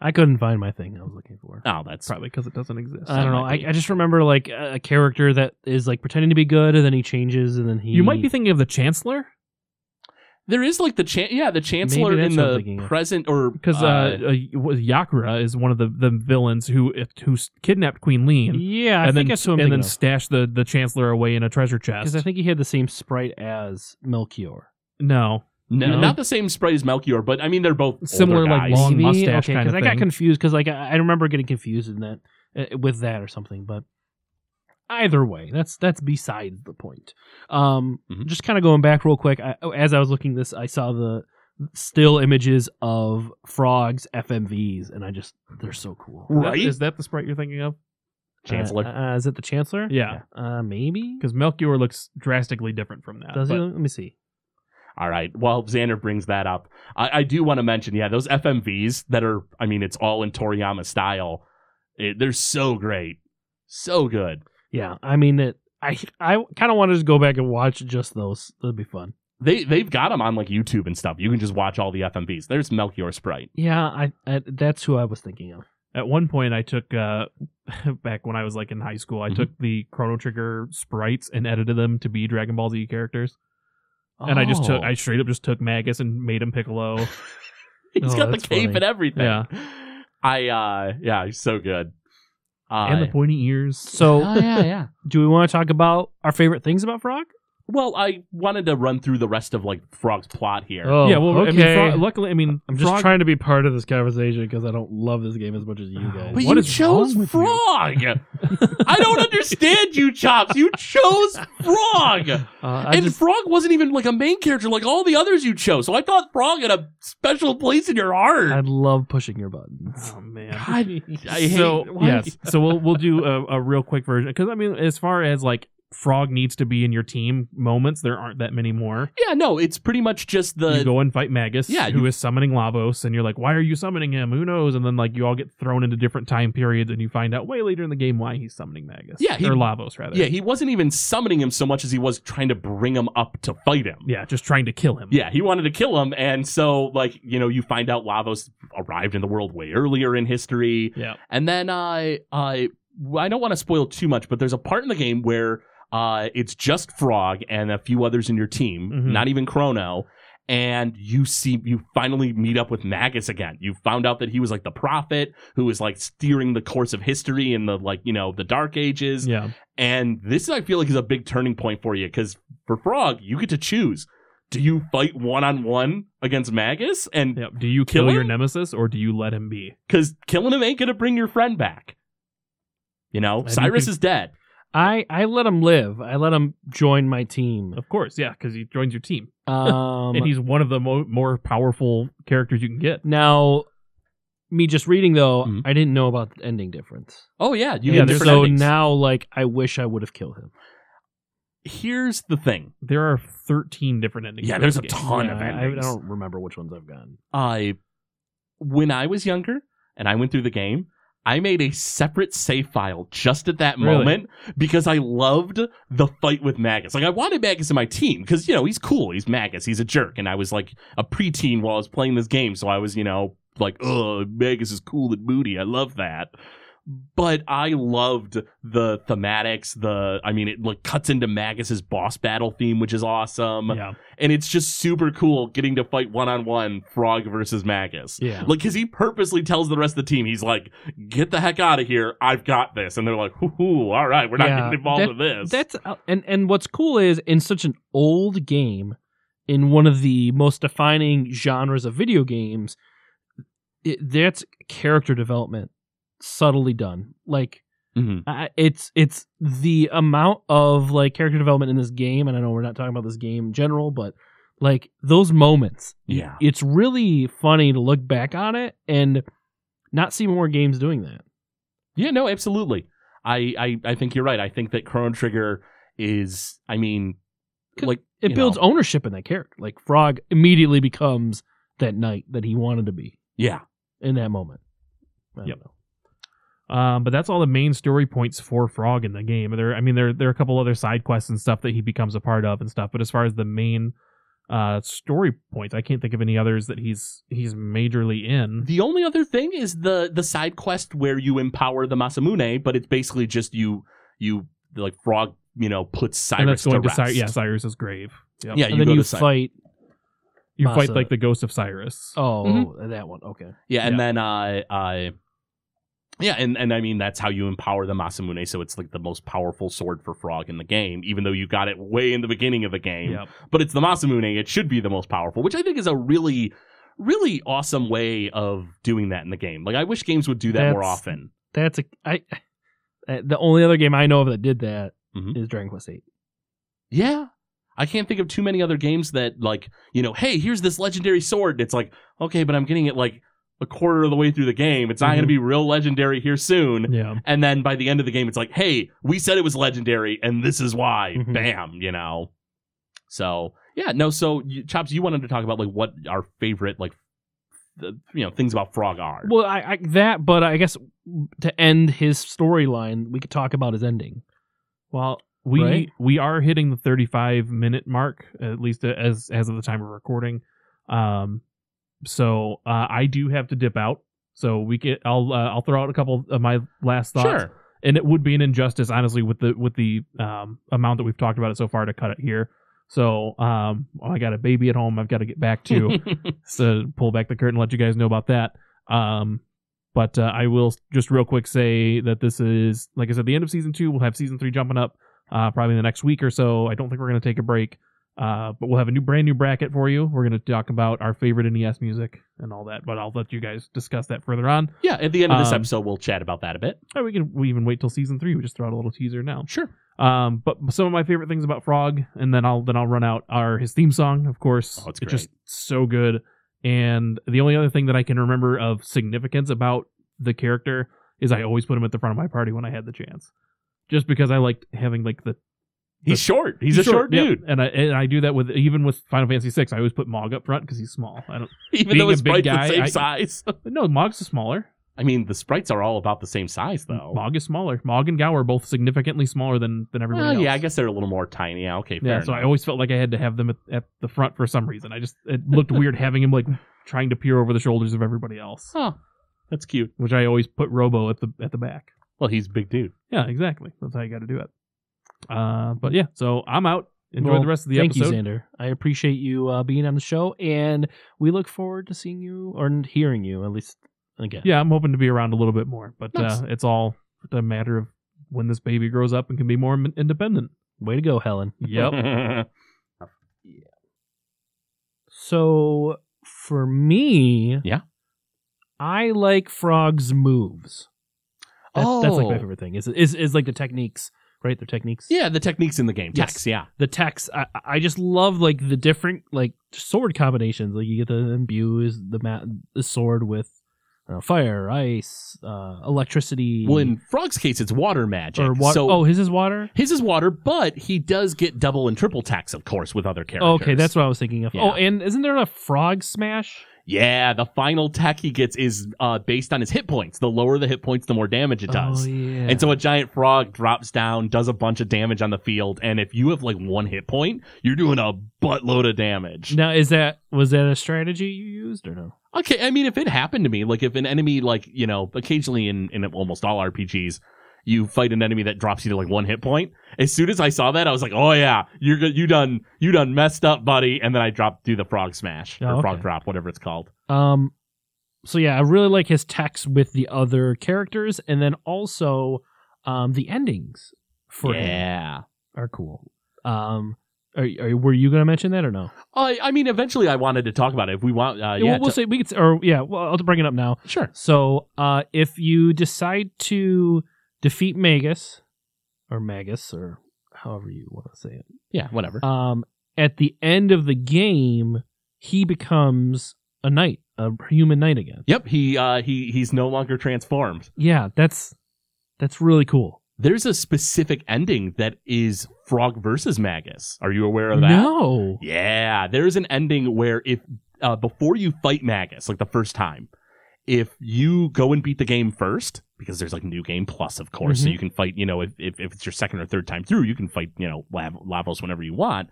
I couldn't find my thing I was looking for. Oh, that's Probably because it doesn't exist. Uh, I don't know. might be. I, I just remember like a a character that is like pretending to be good, and then he changes, and then he. You might be thinking of the Chancellor there is like the chan- yeah the chancellor that's in what I'm the thinking of. present or because uh, uh, was- Yakura is one of the, the villains who who kidnapped Queen Lean Yeah, I and think then that's what I'm and thinking then stashed the, the Chancellor away in a treasure chest. because I think he had the same sprite as Melchior. no, no, No. not the same sprite as Melchior, but I mean they're both older Similar, like, guys. long mustache okay, kinda I got thing. confused because like I, I remember getting confused in that uh, with that or something. But either way, that's that's beside the point. Um, Mm-hmm. Mhm. just kind of going back real quick. I, oh, as I was looking this, I saw the still images of frogs FMVs, and I just they're so cool. right? Is that the sprite you're thinking of? chancellor. Uh, uh, is it the Chancellor? Yeah. Uh, maybe. Because Melchior looks drastically different from that. Does he? but- Let me see. All right. Well, Xander brings that up. I, I do want to mention, yeah, those FMVs that are. I mean, it's all in Toriyama style. It, they're so great, so good. Yeah, I mean it. I I kind of want to just go back and watch just those. That'd be fun. They they've got them on like YouTube and stuff. You can just watch all the FMVs. There's Melchior Sprite. Yeah, I, I that's who I was thinking of. At one point, I took uh, back when I was like in high school, I Mhm. took Mm-hmm. the Chrono Trigger sprites and edited them to be Dragon Ball Z characters. And I just took, I straight up just took Magus and made him Piccolo. He's Oh, got the that's cape funny. and everything. Yeah. I uh yeah, he's so good. Uh, and the pointy ears. So, Oh, yeah, yeah. do we want to talk about our favorite things about Frog? Well, I wanted to run through the rest of like Frog's plot here. Oh, yeah, well, I mean, Frog, luckily, I mean, I'm just Frog- trying to be part of this conversation because I don't love this game as much as you guys. but what you is chose wrong with you? Frog. I don't understand you, Chops. You chose Frog, Uh, I and just, Frog wasn't even like a main character like all the others you chose. So I thought Frog had a special place in your I heart. love pushing your buttons. Oh man. God, I hate- so why- yes, so we'll we'll do a, a real quick version because I mean, as far as like Frog needs to be in your team moments, there aren't that many more. Yeah, no, it's pretty much just you the go and fight Magus, yeah, who you- is summoning Lavos, and you're like, why are you summoning him? Who knows? And then like you all get thrown into different time periods, and you find out way later in the game why he's summoning Magus. Yeah, he- or Lavos rather. yeah. He wasn't even summoning him so much as he was trying to bring him up to fight him. yeah, just trying to kill him. Yeah, he wanted to kill him, and so like you know, you find out Lavos arrived in the world way earlier in history, yeah. and then I I I don't want to spoil too much, but there's a part in the game where uh, it's just Frog and a few others in your team, Mhm. not even Chrono, and you see you finally meet up with Magus again. You found out that he was like the prophet who was like steering the course of history in the like you know the Dark Ages, Yeah, and this, I feel like, is a big turning point for you because for Frog, you get to choose. Do you fight one on one against Magus? And yeah. Do you Kill kill, your him? nemesis or do you let him be? because killing him ain't going to bring your friend back. You know, And you Cyrus can- is dead. I I let him live. I let him join my team. Of course, yeah, because he joins your team, Um, and he's one of the mo- more powerful characters you can get. now, me just reading though, Mhm. I didn't know about the ending difference. Oh, yeah. Yeah, You get And there's different so endings. now, like, I wish I would have killed him. here's the thing. There are 13 different endings. Yeah, to there's this a game. ton of Yeah, I, I endings. don't remember which ones I've gotten. I when I was younger and I went through the game, I made a separate save file just at that Really? moment because I loved the fight with Magus. Like I wanted Magus in my team because you know he's cool, he's Magus, he's a jerk, and I was like a preteen while I was playing this game, so I was you know like oh Magus is cool and moody, I love that. But I loved the thematics. The I mean, it like cuts into Magus's boss battle theme, which is awesome Yeah. and it's just super cool getting to fight one on one Frog versus Magus. Yeah. Like, because he purposely tells the rest of the team, he's like, "Get the heck out of here! I've got this." And they're like, "Hoo, all right, we're not Yeah, getting involved that- with this." That's uh, and and what's cool is in such an old game, in one of the most defining genres of video games, it, that's character development subtly done. Like Mhm. I it's it's the amount of like character development in this game, and I know we're not talking about this game in general, but like those moments, yeah, it's really funny to look back on it and not see more games doing that. yeah, no, absolutely. I, I, I think you're right. I think that Chrono Trigger is, I mean, 'Cause like It you builds know, ownership in that character. Like Frog immediately becomes that knight that he wanted to be yeah, in that moment. I don't Yep. know. Um, but that's all the main story points for Frog in the game. There, I mean, there there are a couple other side quests and stuff that he becomes a part of and stuff. But as far as the main uh, story points, I can't think of any others that he's he's majorly in. The only other thing is the the side quest where you empower the Masamune, but it's basically just you you like frog, you know, puts and that's Cyrus going to, to Cy- rest. yeah, Cyrus's grave. Yep. yeah, And you then go you to Cyrus. fight. you fight Massa. like the ghost of Cyrus. Oh, Mhm. that one. Okay. Yeah, and Yeah. then uh, uh, yeah, and and I mean that's how you empower the Masamune, so it's like the most powerful sword for Frog in the game, even though you got it way in the beginning of the game. Yep. But it's the Masamune; it should be the most powerful, which I think is a really, really awesome way of doing that in the game. Like I wish games would do that more That's- often. That's a I. uh, The only other game I know of that did that is Mhm. Dragon Quest Eight. Yeah. I can't think of too many other games that like, you know, hey, here's this legendary sword. It's like, okay, but I'm getting it like a quarter of the way through the game. It's not going to Mhm. be real legendary here soon. Yeah. And then by the end of the game, it's like, hey, we said it was legendary, and this is why. Mm-hmm. Mhm. Bam, you know. So yeah, no. So you, chops, you wanted to talk about like what our favorite like, the, you know, things about Frog are. Well, I, I that, but I guess to end his storyline, we could talk about his ending. Well, we Right? we are hitting the 35 minute mark at least uh, as as of the time of recording. Um, so uh, I do have to dip out. So we can I'll uh, I'll throw out a couple of my last thoughts. sure. And it would be an injustice, honestly, with the with the um, amount that we've talked about it so far to cut it here. So um, well, I got a baby at home. I've got to get back to so pull back the curtain, let you guys know about that. Um, but uh, I will just real quick say that this is, like I said, the end of season two. We'll have season three jumping up uh, probably in the next week or so. I don't think we're going to take a break, uh, but we'll have a new brand new bracket for you. We're going to talk about our favorite NES music and all that. But I'll let you guys discuss that further on. yeah. At the end of this Um, episode, we'll chat about that a bit. Or we can we even wait till season three. We just throw out a little teaser now. Sure. Um, but some of my favorite things about Frog, and then I'll then I'll run out are his theme song, of course. Oh, it's just so good. And the only other thing that I can remember of significance about the character is I always put him at the front of my party when I had the chance, just because I liked having like the He's short. He's, a short, yeah. dude. and I and I do that with even with Final Fantasy VI. I always put Mog up front because he's small. I don't Even Being though a his big sprite's guy, the same I- size. no Mog's smaller. I mean, the sprites are all about the same size, though. Mog is smaller. Mog and Gow are both significantly smaller than than everybody Well, else. yeah, I guess they're a little more tiny. Yeah, okay, fair Yeah, so I enough. always felt like I had to have them at, at the front for some reason. I just it looked weird having him like trying to peer over the shoulders of everybody else, Huh. That's cute. which I always put Robo at the at the back. Well, he's a big dude. Yeah, exactly. That's how you got to do it. Uh, but yeah, so I'm out. Enjoy Well, the rest of the Thank episode. you, Xander. I appreciate you uh, being on the show, and we look forward to seeing you or hearing you at least again. yeah, I'm hoping to be around a little bit more, but Nice. uh, it's all a matter of when this baby grows up and can be more m- independent. Way to go, Helen. Yep. So for me, Yeah. I like Frog's moves. That- that's like my Oh. favorite thing. Is is is like the techniques, right? The techniques. yeah, the techniques in the game. Yes. Text, yeah. The text. I, I just love like the different like sword combinations. Like you get the imbue is the ma- the sword with uh, fire, ice, uh, electricity. Well, in Frog's case, it's water magic. Or water? So oh, his is water. his is water, but he does get double and triple tax, of course, with other characters. Oh, okay, that's what I was thinking of. Yeah. Oh, and isn't there a frog smash? Yeah, the final tech he gets is uh, based on his hit points. The lower the hit points, the more damage it does. Oh, yeah. And so a giant frog drops down, does a bunch of damage on the field, and if you have like one hit point, you're doing a buttload of damage. now is that was that a strategy you used or no? Okay, I mean, if it happened to me, like if an enemy, like you know, occasionally in in almost all RPGs, you fight an enemy that drops you to like one hit point. As soon as I saw that, I was like, oh yeah, you're good, you done, you done messed up, buddy. And then I dropped do the frog smash Oh, or okay. frog drop, whatever it's called. Um, so yeah, I really like his text with the other characters, and then also um the endings for him yeah. are cool. Um, are, are were you gonna mention that or no? I, I mean, eventually, I wanted to talk about it. If we want, uh, yeah, we'll, we'll to- say we could, s- or yeah, well, I'll bring it up now. sure. So, uh, if you decide to defeat Magus, or Magus, or however you want to say it, Yeah, whatever. um, at the end of the game, he becomes a knight, a human knight again. yep, he uh, he he's no longer transformed. Yeah, that's that's really cool. There's a specific ending that is Frog versus Magus. Are you aware of that? No, Yeah, there's an ending where if uh, before you fight Magus, like the first time, if you go and beat the game first, because there's like new game plus, of course, so Mhm. you can fight. You know, if, if if it's your second or third time through, you can fight. You know, Lav- Lavos whenever you want.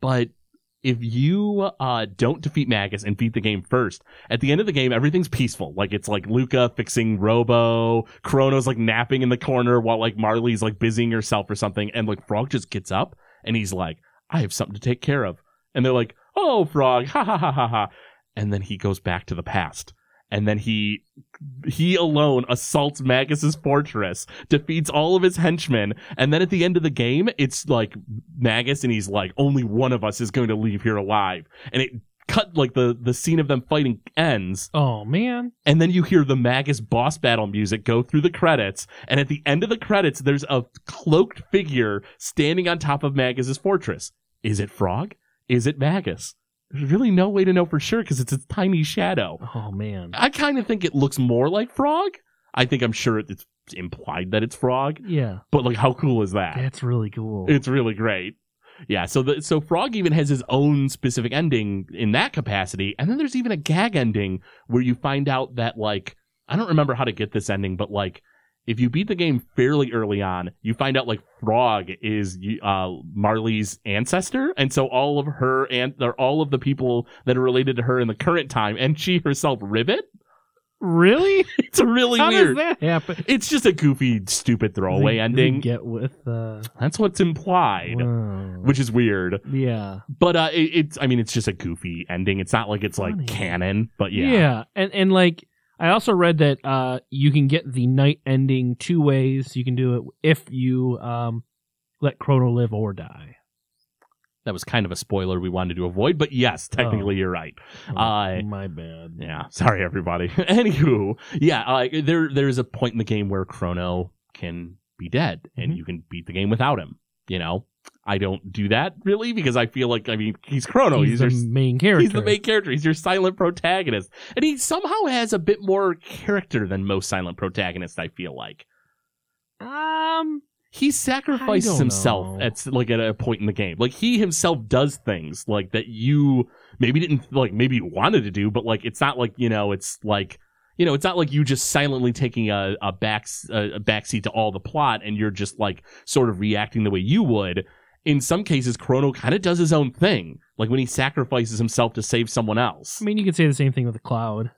But if you uh, don't defeat Magus and beat the game first, at the end of the game, everything's peaceful. Like it's like Luca fixing Robo, Chrono's like napping in the corner while like Marley's like busying herself or something, and like Frog just gets up and he's like, "I have something to take care of," and they're like, "Oh, Frog, ha ha ha ha ha," and then he goes back to the past. And then he he alone assaults Magus's fortress, defeats all of his henchmen, and then at the end of the game, it's like Magus and he's like, only one of us is going to leave here alive. And it cut like the the scene of them fighting ends, oh man, and then you hear the Magus boss battle music go through the credits, and at the end of the credits, there's a cloaked figure standing on top of Magus's fortress. Is it Frog? Is it Magus? There's really no way to know for sure because it's a tiny shadow. oh man, I kind of think it looks more like Frog. I think I'm sure it's implied that it's Frog, yeah, but like, how cool is that? that's really cool. It's really great. Yeah, so the, so Frog even has his own specific ending in that capacity, and then there's even a gag ending where you find out that like I don't remember how to get this ending, but like if you beat the game fairly early on, you find out like Frog is uh, Marley's ancestor, and so all of her and or all of the people that are related to her in the current time, and she herself Rivet. really It's really how weird. does that happen? it's just a goofy, stupid throwaway They- they ending. Get with uh, That's what's implied, wow. which is weird. yeah. But uh, it, it's I mean it's just a goofy ending. It's not like it's Funny. like canon, but yeah. Yeah. And and like I also read that uh you can get the night ending two ways. You can do it if you um let Chrono live or die. That was kind of a spoiler we wanted to avoid, but yes, Oh. technically you're right. I- my bad. Yeah, sorry everybody. Anywho, yeah, uh, there there's a point in the game where Chrono can be dead and Mhm. you can beat the game without him, you know. I don't do that really because I feel like I mean, he's Chrono, he's, he's, your the main character. He's the main character. He's your silent protagonist. And he somehow has a bit more character than most silent protagonists, I feel like. Um He I sacrifices don't himself know. at s- like at a point in the game. Like he himself does things like that you maybe didn't like maybe you wanted to do, but like it's not like, you know, it's like you know, it's not like you just silently taking a, a back a backseat to all the plot and you're just like sort of reacting the way you would. In some cases, Chrono kind of does his own thing, like when he sacrifices himself to save someone else. I mean you could say the same thing with the cloud.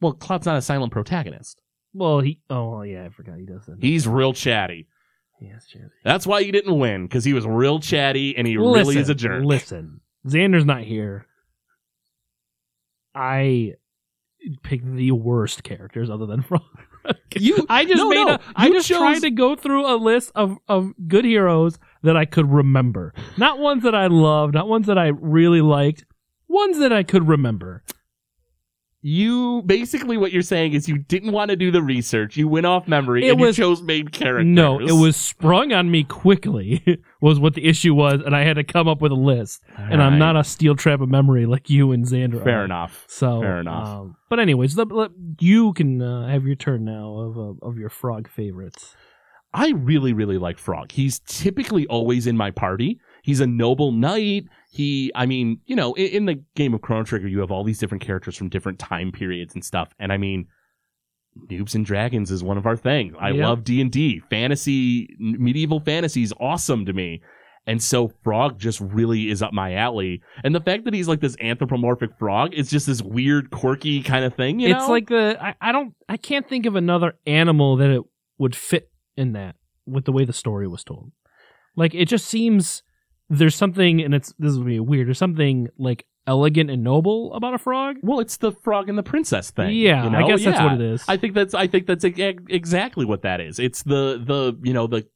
Well, Cloud's not a silent protagonist. Well he oh well, yeah, I forgot he does that. He's real chatty. He has chance. That's why he didn't win, because he was real chatty and he really is a jerk. Listen. Xander's not here. I picked the worst characters other than Frog. You, I just No, made no. a. I You just chose- tried to go through a list of of good heroes that I could remember. Not ones that I loved, not ones that I really liked, ones that I could remember. You basically what you're saying is you didn't want to do the research. You went off memory It and was- you chose main characters. No, it was sprung on me quickly was what the issue was, and I had to come up with a list. and I'm not a steel trap of memory like you and Xander. fair are. enough. So Fair enough. um, but anyways, let, let- you can uh, have your turn now of uh, of your frog favorites. I really, really like Frog. He's typically always in my party. He's a noble knight. He, I mean, you know, in, in the game of Chrono Trigger, you have all these different characters from different time periods and stuff. And I mean, Noobs and Dragons is one of our things. I Yeah. love D and D, fantasy, n- medieval fantasy is awesome to me. And so Frog just really is up my alley. And the fact that he's like this anthropomorphic frog is just this weird, quirky kind of thing. You it's know? like the I, I don't I can't think of another animal that it would fit in that with the way the story was told. Like it just seems there's something, and it's this would be weird. There's something like elegant and noble about a frog. well, it's the frog and the princess thing. yeah, you know? I guess that's Yeah. what it is. I think that's I think that's ex- ex- exactly what that is. It's the the you know the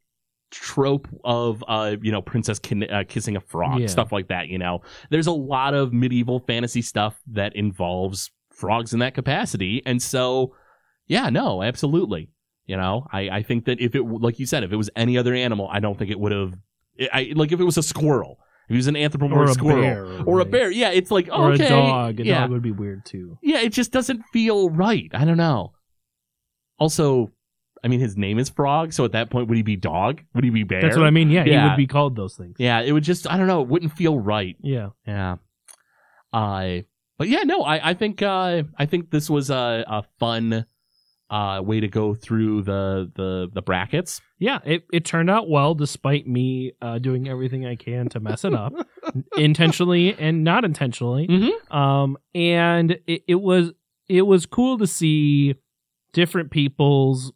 trope of uh you know princess kin- uh, kissing a frog Yeah. stuff like that. You know, there's a lot of medieval fantasy stuff that involves frogs in that capacity, and so yeah, no, absolutely. You know, I I think that if it like you said, if it was any other animal, I don't think it would have. I like if it was a squirrel. If it was an anthropomorphic squirrel or a like- bear, yeah, it's like or okay, a dog. A yeah, dog would be weird too. yeah, it just doesn't feel right. I don't know. Also, I mean, his name is Frog, so at that point, would he be dog? Would he be bear? That's what I mean. Yeah, he Yeah. would be called those things. Yeah, it would just, I don't know, it wouldn't feel right. Yeah. Yeah. I, but yeah, no, I, I think, uh, I think this was a, a fun, uh, way to go through the, the, the brackets. Yeah, it, it turned out well despite me uh, doing everything I can to mess it up intentionally and not intentionally. Mm-hmm. Um, and it, it was it was cool to see different people's,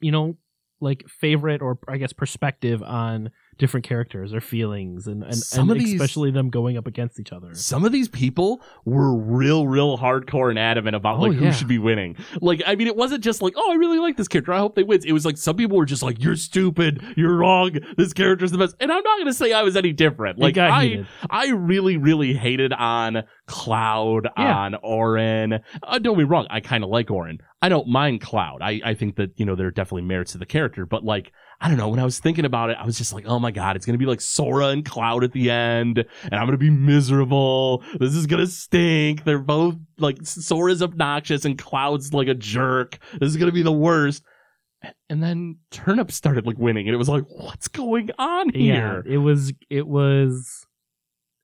you know, like favorite or I guess perspective on different characters or feelings and and, Some and of these- especially them going up against each other. Some of these people were real, real hardcore and adamant about Oh, like yeah. who should be winning. Like, I mean, it wasn't just like, oh, I really like this character. I hope they wins. It was like some people were just like, you're stupid, you're wrong. This character's the best. And I'm not gonna say I was any different. It Like, got I, heated. I really, really hated on Cloud, Yeah. on Orin. Uh, don't be wrong, I kind of like Orin. I don't mind Cloud. I, I think that, you know, there are definitely merits to the character, but like, I don't know, when I was thinking about it, I was just like, oh my God, it's going to be like Sora and Cloud at the end, and I'm going to be miserable. This is going to stink. They're both like, Sora's obnoxious and Cloud's like a jerk. This is going to be the worst. And then Turnip started like winning, and it was like, what's going on here? Yeah, it was it was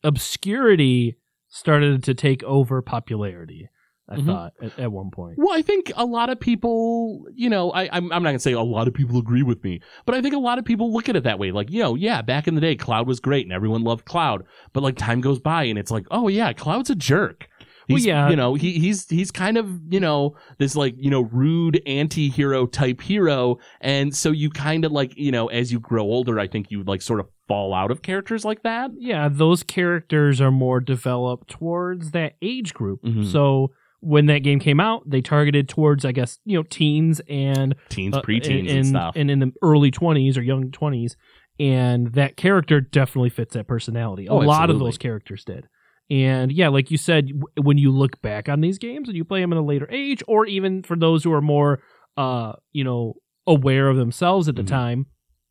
obscurity started to take over popularity. I Mhm. thought at, at one point. Well, I think a lot of people, you know, I, I'm, I'm not going to say a lot of people agree with me, but I think a lot of people look at it that way. Like, yo, yeah, back in the day, Cloud was great and everyone loved Cloud. But like time goes by and it's like, oh, yeah, Cloud's a jerk. Well, He's, yeah. You know, he, he's he's kind of, you know, this like, you know, rude anti hero type hero. And so you kind of like, you know, as you grow older, I think you like sort of fall out of characters like that. Yeah, those characters are more developed towards that age group. Mhm. So when that game came out, they targeted towards I guess you know teens and Teens, uh, preteens, and, and stuff. and in the early twenties or young twenties, and that character definitely fits that personality. A Oh, lot of absolutely. those characters did, and yeah, like you said, w- when you look back on these games and you play them at a later age, or even for those who are more, uh, you know, aware of themselves at the Mhm. time,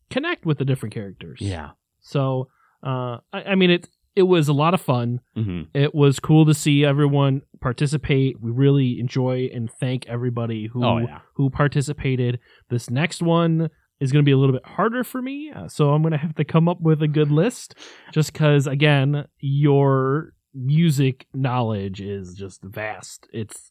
connect with the different characters. yeah. So, uh, I, I mean, it it was a lot of fun hmm it was cool to see everyone participate. We really enjoy and thank everybody who Oh, yeah. who participated. This next one is going to be a little bit harder for me, uh, so I'm going to have to come up with a good list just cuz again, your music knowledge is just vast. It's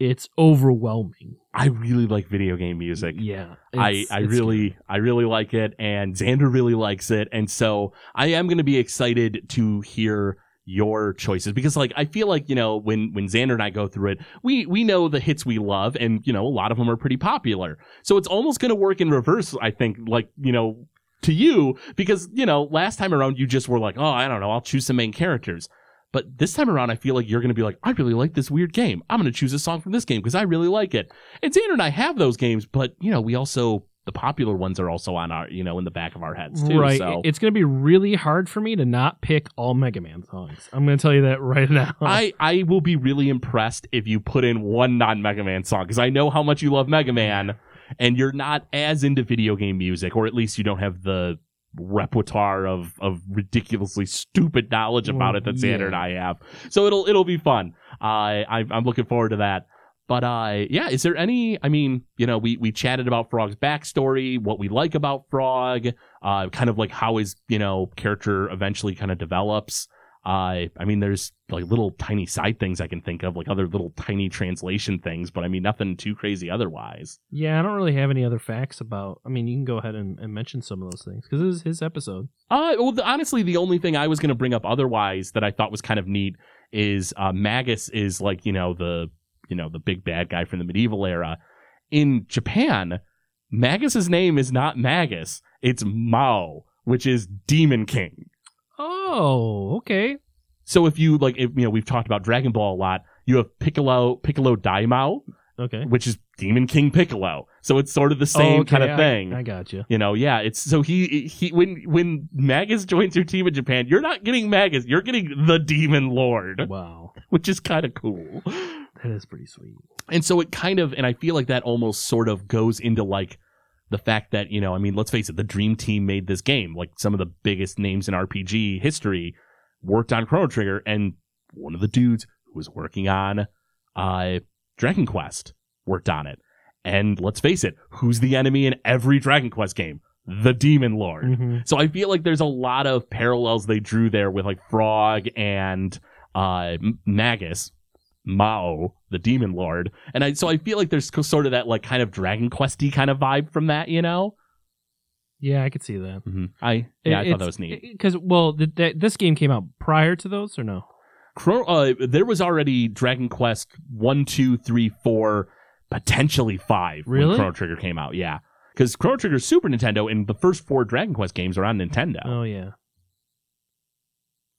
it's overwhelming. I really like video game music. Yeah. I, it's- I it's really I really like it and Xander really likes it and so I am going to be excited to hear your choices because like I feel like you know when when Xander and I go through it we we know the hits we love and you know a lot of them are pretty popular so it's almost going to work in reverse I think like you know to you because you know last time around you just were like oh I don't know I'll choose some main characters but this time around I feel like you're going to be like I really like this weird game I'm going to choose a song from this game because I really like it and Xander and I have those games, but you know, we also the popular ones are also on our, you know, in the back of our heads too. right. So It's going to be really hard for me to not pick all Mega Man songs. I'm going to tell you that right now. I, I will be really impressed if you put in one non Mega Man song because I know how much you love Mega Man and you're not as into video game music, or at least you don't have the repertoire of, of ridiculously stupid knowledge about Well, it that yeah. Xander and I have. So it'll it'll be fun. I I I'm looking forward to that. But uh, yeah, is there any? I mean, you know, we we chatted about Frog's backstory, what we like about Frog, uh, kind of like how his you know character eventually kind of develops. I I mean, there's like little tiny side things I can think of, like other little tiny translation things, but I mean, nothing too crazy otherwise. yeah, I don't really have any other facts about. I mean, you can go ahead and, and mention some of those things because it was his episode. Uh, well, the, honestly, the only thing I was going to bring up otherwise that I thought was kind of neat is uh, Magus is like you know the you know the big bad guy from the medieval era. In Japan, Magus's name is not Magus; it's Mao, which is Demon King. Oh, okay. So if you like, if, you know, we've talked about Dragon Ball a lot. You have Piccolo, Piccolo Daimao, Okay. which is Demon King Piccolo. So it's sort of the same Oh, okay, kind of I- thing. I, got you. You know, yeah, it's so he he when when Magus joins your team in Japan, you're not getting Magus, you're getting the Demon Lord, Wow, which is kind of cool. that is pretty sweet. And so it kind of and I feel like that almost sort of goes into like the fact that, you know, I mean, let's face it, the Dream Team made this game. Like some of the biggest names in RPG history worked on Chrono Trigger and one of the dudes who was working on uh Dragon Quest worked on it. And let's face it, who's the enemy in every Dragon Quest game? The Demon Lord. So I feel like there's a lot of parallels they drew there with like Frog and uh, M- Magus, Mao, the Demon Lord, and I. So I feel like there's co- sort of that like kind of Dragon Questy kind of vibe from that, you know. Yeah, I could see that. I Mm-hmm. yeah, I thought that was neat. Because well, th- that this game came out prior to those, or no? Chro- uh, there was already Dragon Quest one, two, three, four, potentially five Really? when Chrono Trigger came out. Yeah, because Chrono Trigger's Super Nintendo, and the first four Dragon Quest games are on Nintendo. Oh yeah.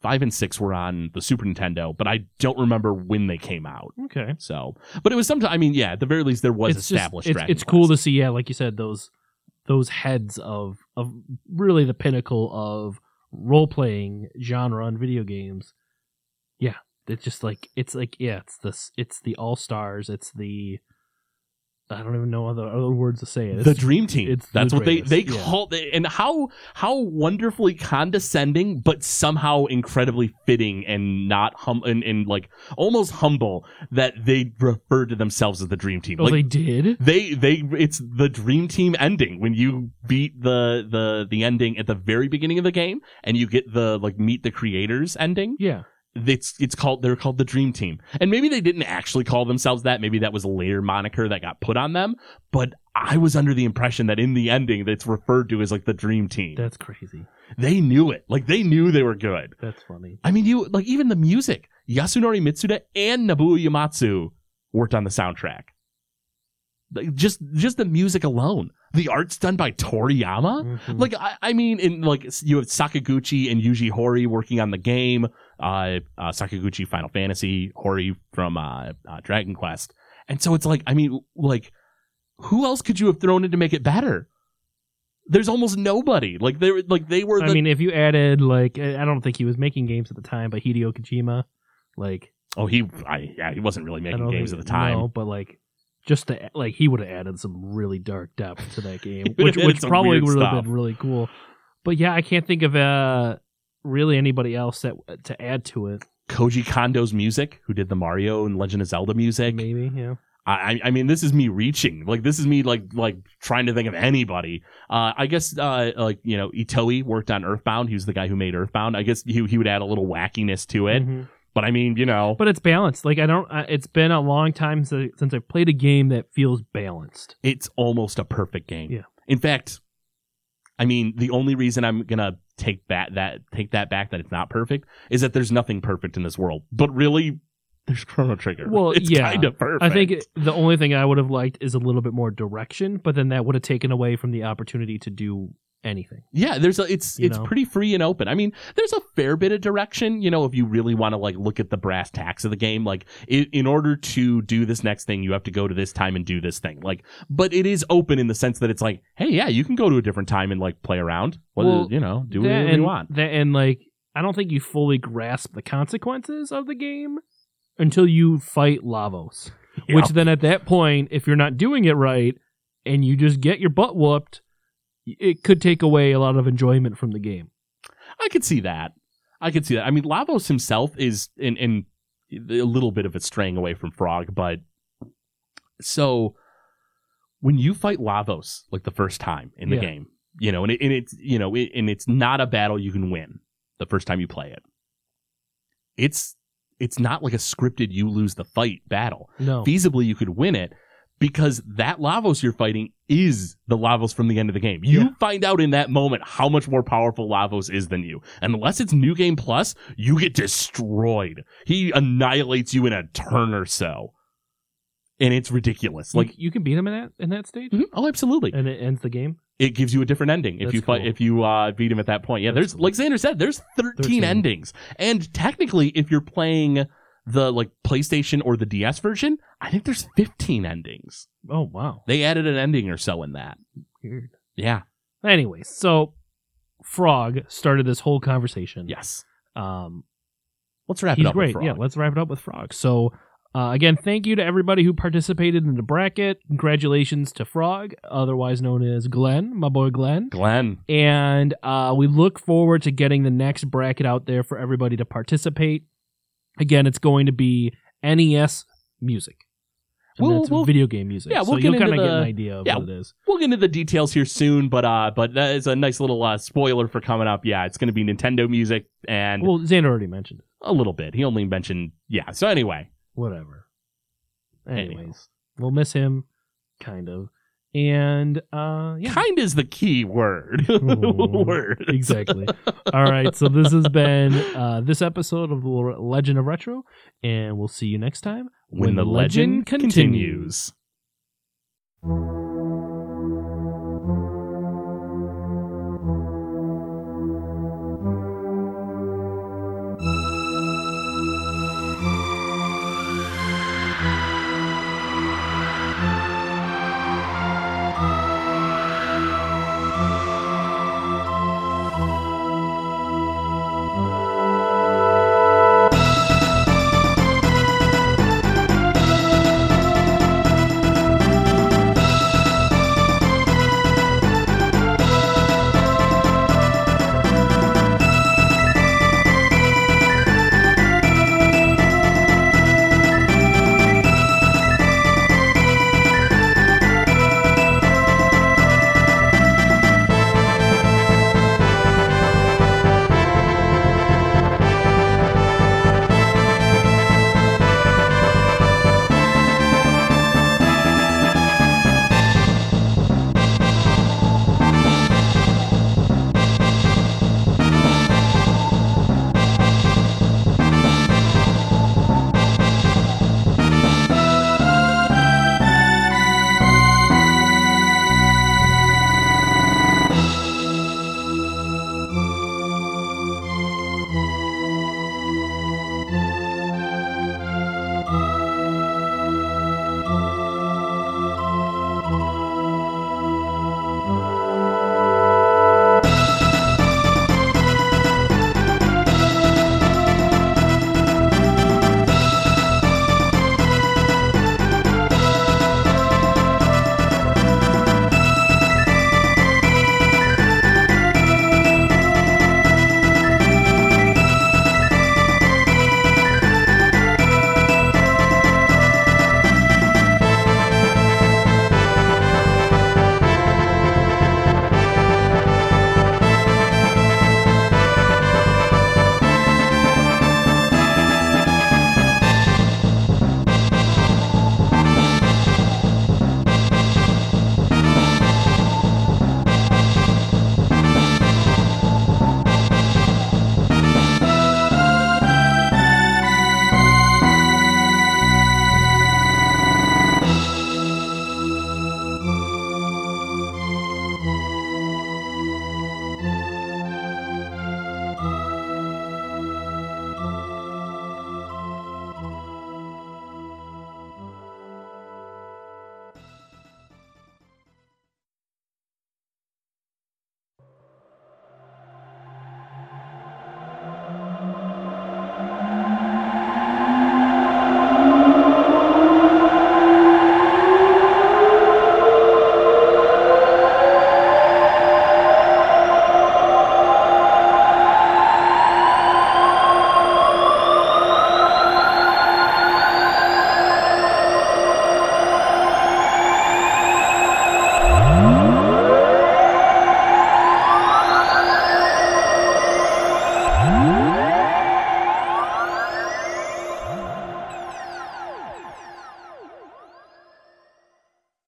Five and six were on the Super Nintendo, but I don't remember when they came out. Okay. So, but it was sometime. I mean, yeah, at the very least, there was just- established. it's Dragon it's cool to Quest. see. Yeah, like you said, those those heads of of really the pinnacle of role playing genre in video games. Yeah, it's just like it's like yeah, it's this it's the all stars. It's the I don't even know other other words to say it. the It's- oh, dream team. it's the That's what they greatest, they yeah. call they- and how how wonderfully condescending, but somehow incredibly fitting and not hum and, and like almost humble that they refer to themselves as the dream team. oh, Like, they did. they they it's the dream team ending when you beat the the the ending at the very beginning of the game and you get the like meet the creators ending Yeah. it's it's called they're called the dream team and maybe they didn't actually call themselves that maybe that was a later moniker that got put on them but i was under the impression that in the ending that's referred to as like the dream team That's crazy. they knew it like they knew they were good That's funny. i mean you like even the music yasunori mitsuda and nabu yamatsu worked on the soundtrack Like, just just the music alone the art's done by toriyama Mhm. like I, I mean, in like s- you have Sakaguchi and Yuji Horii working on the game. Uh, uh, Sakaguchi Final Fantasy, Horii from uh, uh, Dragon Quest, and so it's like I mean, like who else could you have thrown in to make it better? There's almost nobody. Like they were- like they were. The, I mean, if you added like I I don't think he was making games at the time, but Hideo Kojima, like oh, he I, yeah, he wasn't really I making don't games at think- the time. no, but like just the like he would have added some really dark depth to that game, He which would've which added some probably weird would have stuff. been really cool. But yeah, I can't think of uh really anybody else that to add to it. Koji Kondo's music, who did the Mario and Legend of Zelda music. Maybe yeah. I, I mean, this is me reaching. Like, this is me like like trying to think of anybody. Uh, I guess uh, like you know, Itoe worked on Earthbound. He was the guy who made Earthbound. I guess he he would add a little wackiness to it. Mhm. But I mean, you know, But it's balanced. Like I don't. I, it's been a long time since, since I've played a game that feels balanced. it's almost a perfect game. Yeah. In fact, I mean, the only reason I'm gonna take that that take that back that it's not perfect is that there's nothing perfect in this world. But really, there's Chrono Trigger. Well, it's yeah. kind of perfect. I think it- the only thing I would have liked is a little bit more direction, but then that would have taken away from the opportunity to do anything. Yeah, there's a it's You it's know? pretty free and open. I mean, there's a fair bit of direction, you know, if you really want to like look at the brass tacks of the game. Like, i in order to do this next thing, you have to go to this time and do this thing. Like, but it is open in the sense that it's like, hey, yeah, you can go to a different time and like play around. Whether, Well, you know, do That whatever and, you want. That, and like, I don't think you fully grasp the consequences of the game until you fight Lavos. Yeah. Which then at that point, if you're not doing it right and you just get your butt whooped, it could take away a lot of enjoyment from the game. I could see that. I could see that. I mean, Lavos himself is in in a little bit of a straying away from Frog, but so when you fight Lavos like the first time in the Yeah. game, you know, and, it, and it's you know, it, and it's not a battle you can win the first time you play it. It's it's not like a scripted you lose the fight battle. No. Oh. Feasibly, you could win it because that Lavos you're fighting is the Lavos from the end of the game. You find out in that moment how much more powerful Lavos is than you. Unless it's New Game Plus, you get destroyed. He annihilates you in a turn or so. And it's ridiculous. Like Like, you, you can beat him in that in that stage, mhm, oh, absolutely and it ends the game. it gives you a different ending if That's you fight cool. if you uh, beat him at that point. Yeah, That's there's like Xander said, there's 13, 13. endings, and technically, if you're playing the like PlayStation or the DS version, I think there's 15 endings. Oh wow, They added an ending or so in that. weird. Yeah. Anyways, so Frog started this whole conversation. Yes. Um, Let's wrap he's it up. with great. Yeah, Frog. let's wrap it up with Frog. So, uh, again, thank you to everybody who participated in the bracket. Congratulations to Frog, otherwise known as Glenn, my boy Glenn. Glenn. And uh, we look forward to getting the next bracket out there for everybody to participate. Again, it's going to be NES music. And We'll- that's we'll- video game music. yeah, so we'll get you'll into kind of get the- an idea of yeah. what it is. We'll get into the details here soon, but uh, but that is a nice little uh, spoiler for coming up. Yeah, it's going to be Nintendo music and Well, Xander already mentioned it. a little bit. He only mentioned yeah. So anyway, Whatever. Anyways, Anyways. we'll miss him, kind of. And uh, yeah, kind is the key word. word. exactly. All right, so this has been uh, this episode of the Legend of Retro, and we'll see you next time when the legend continues.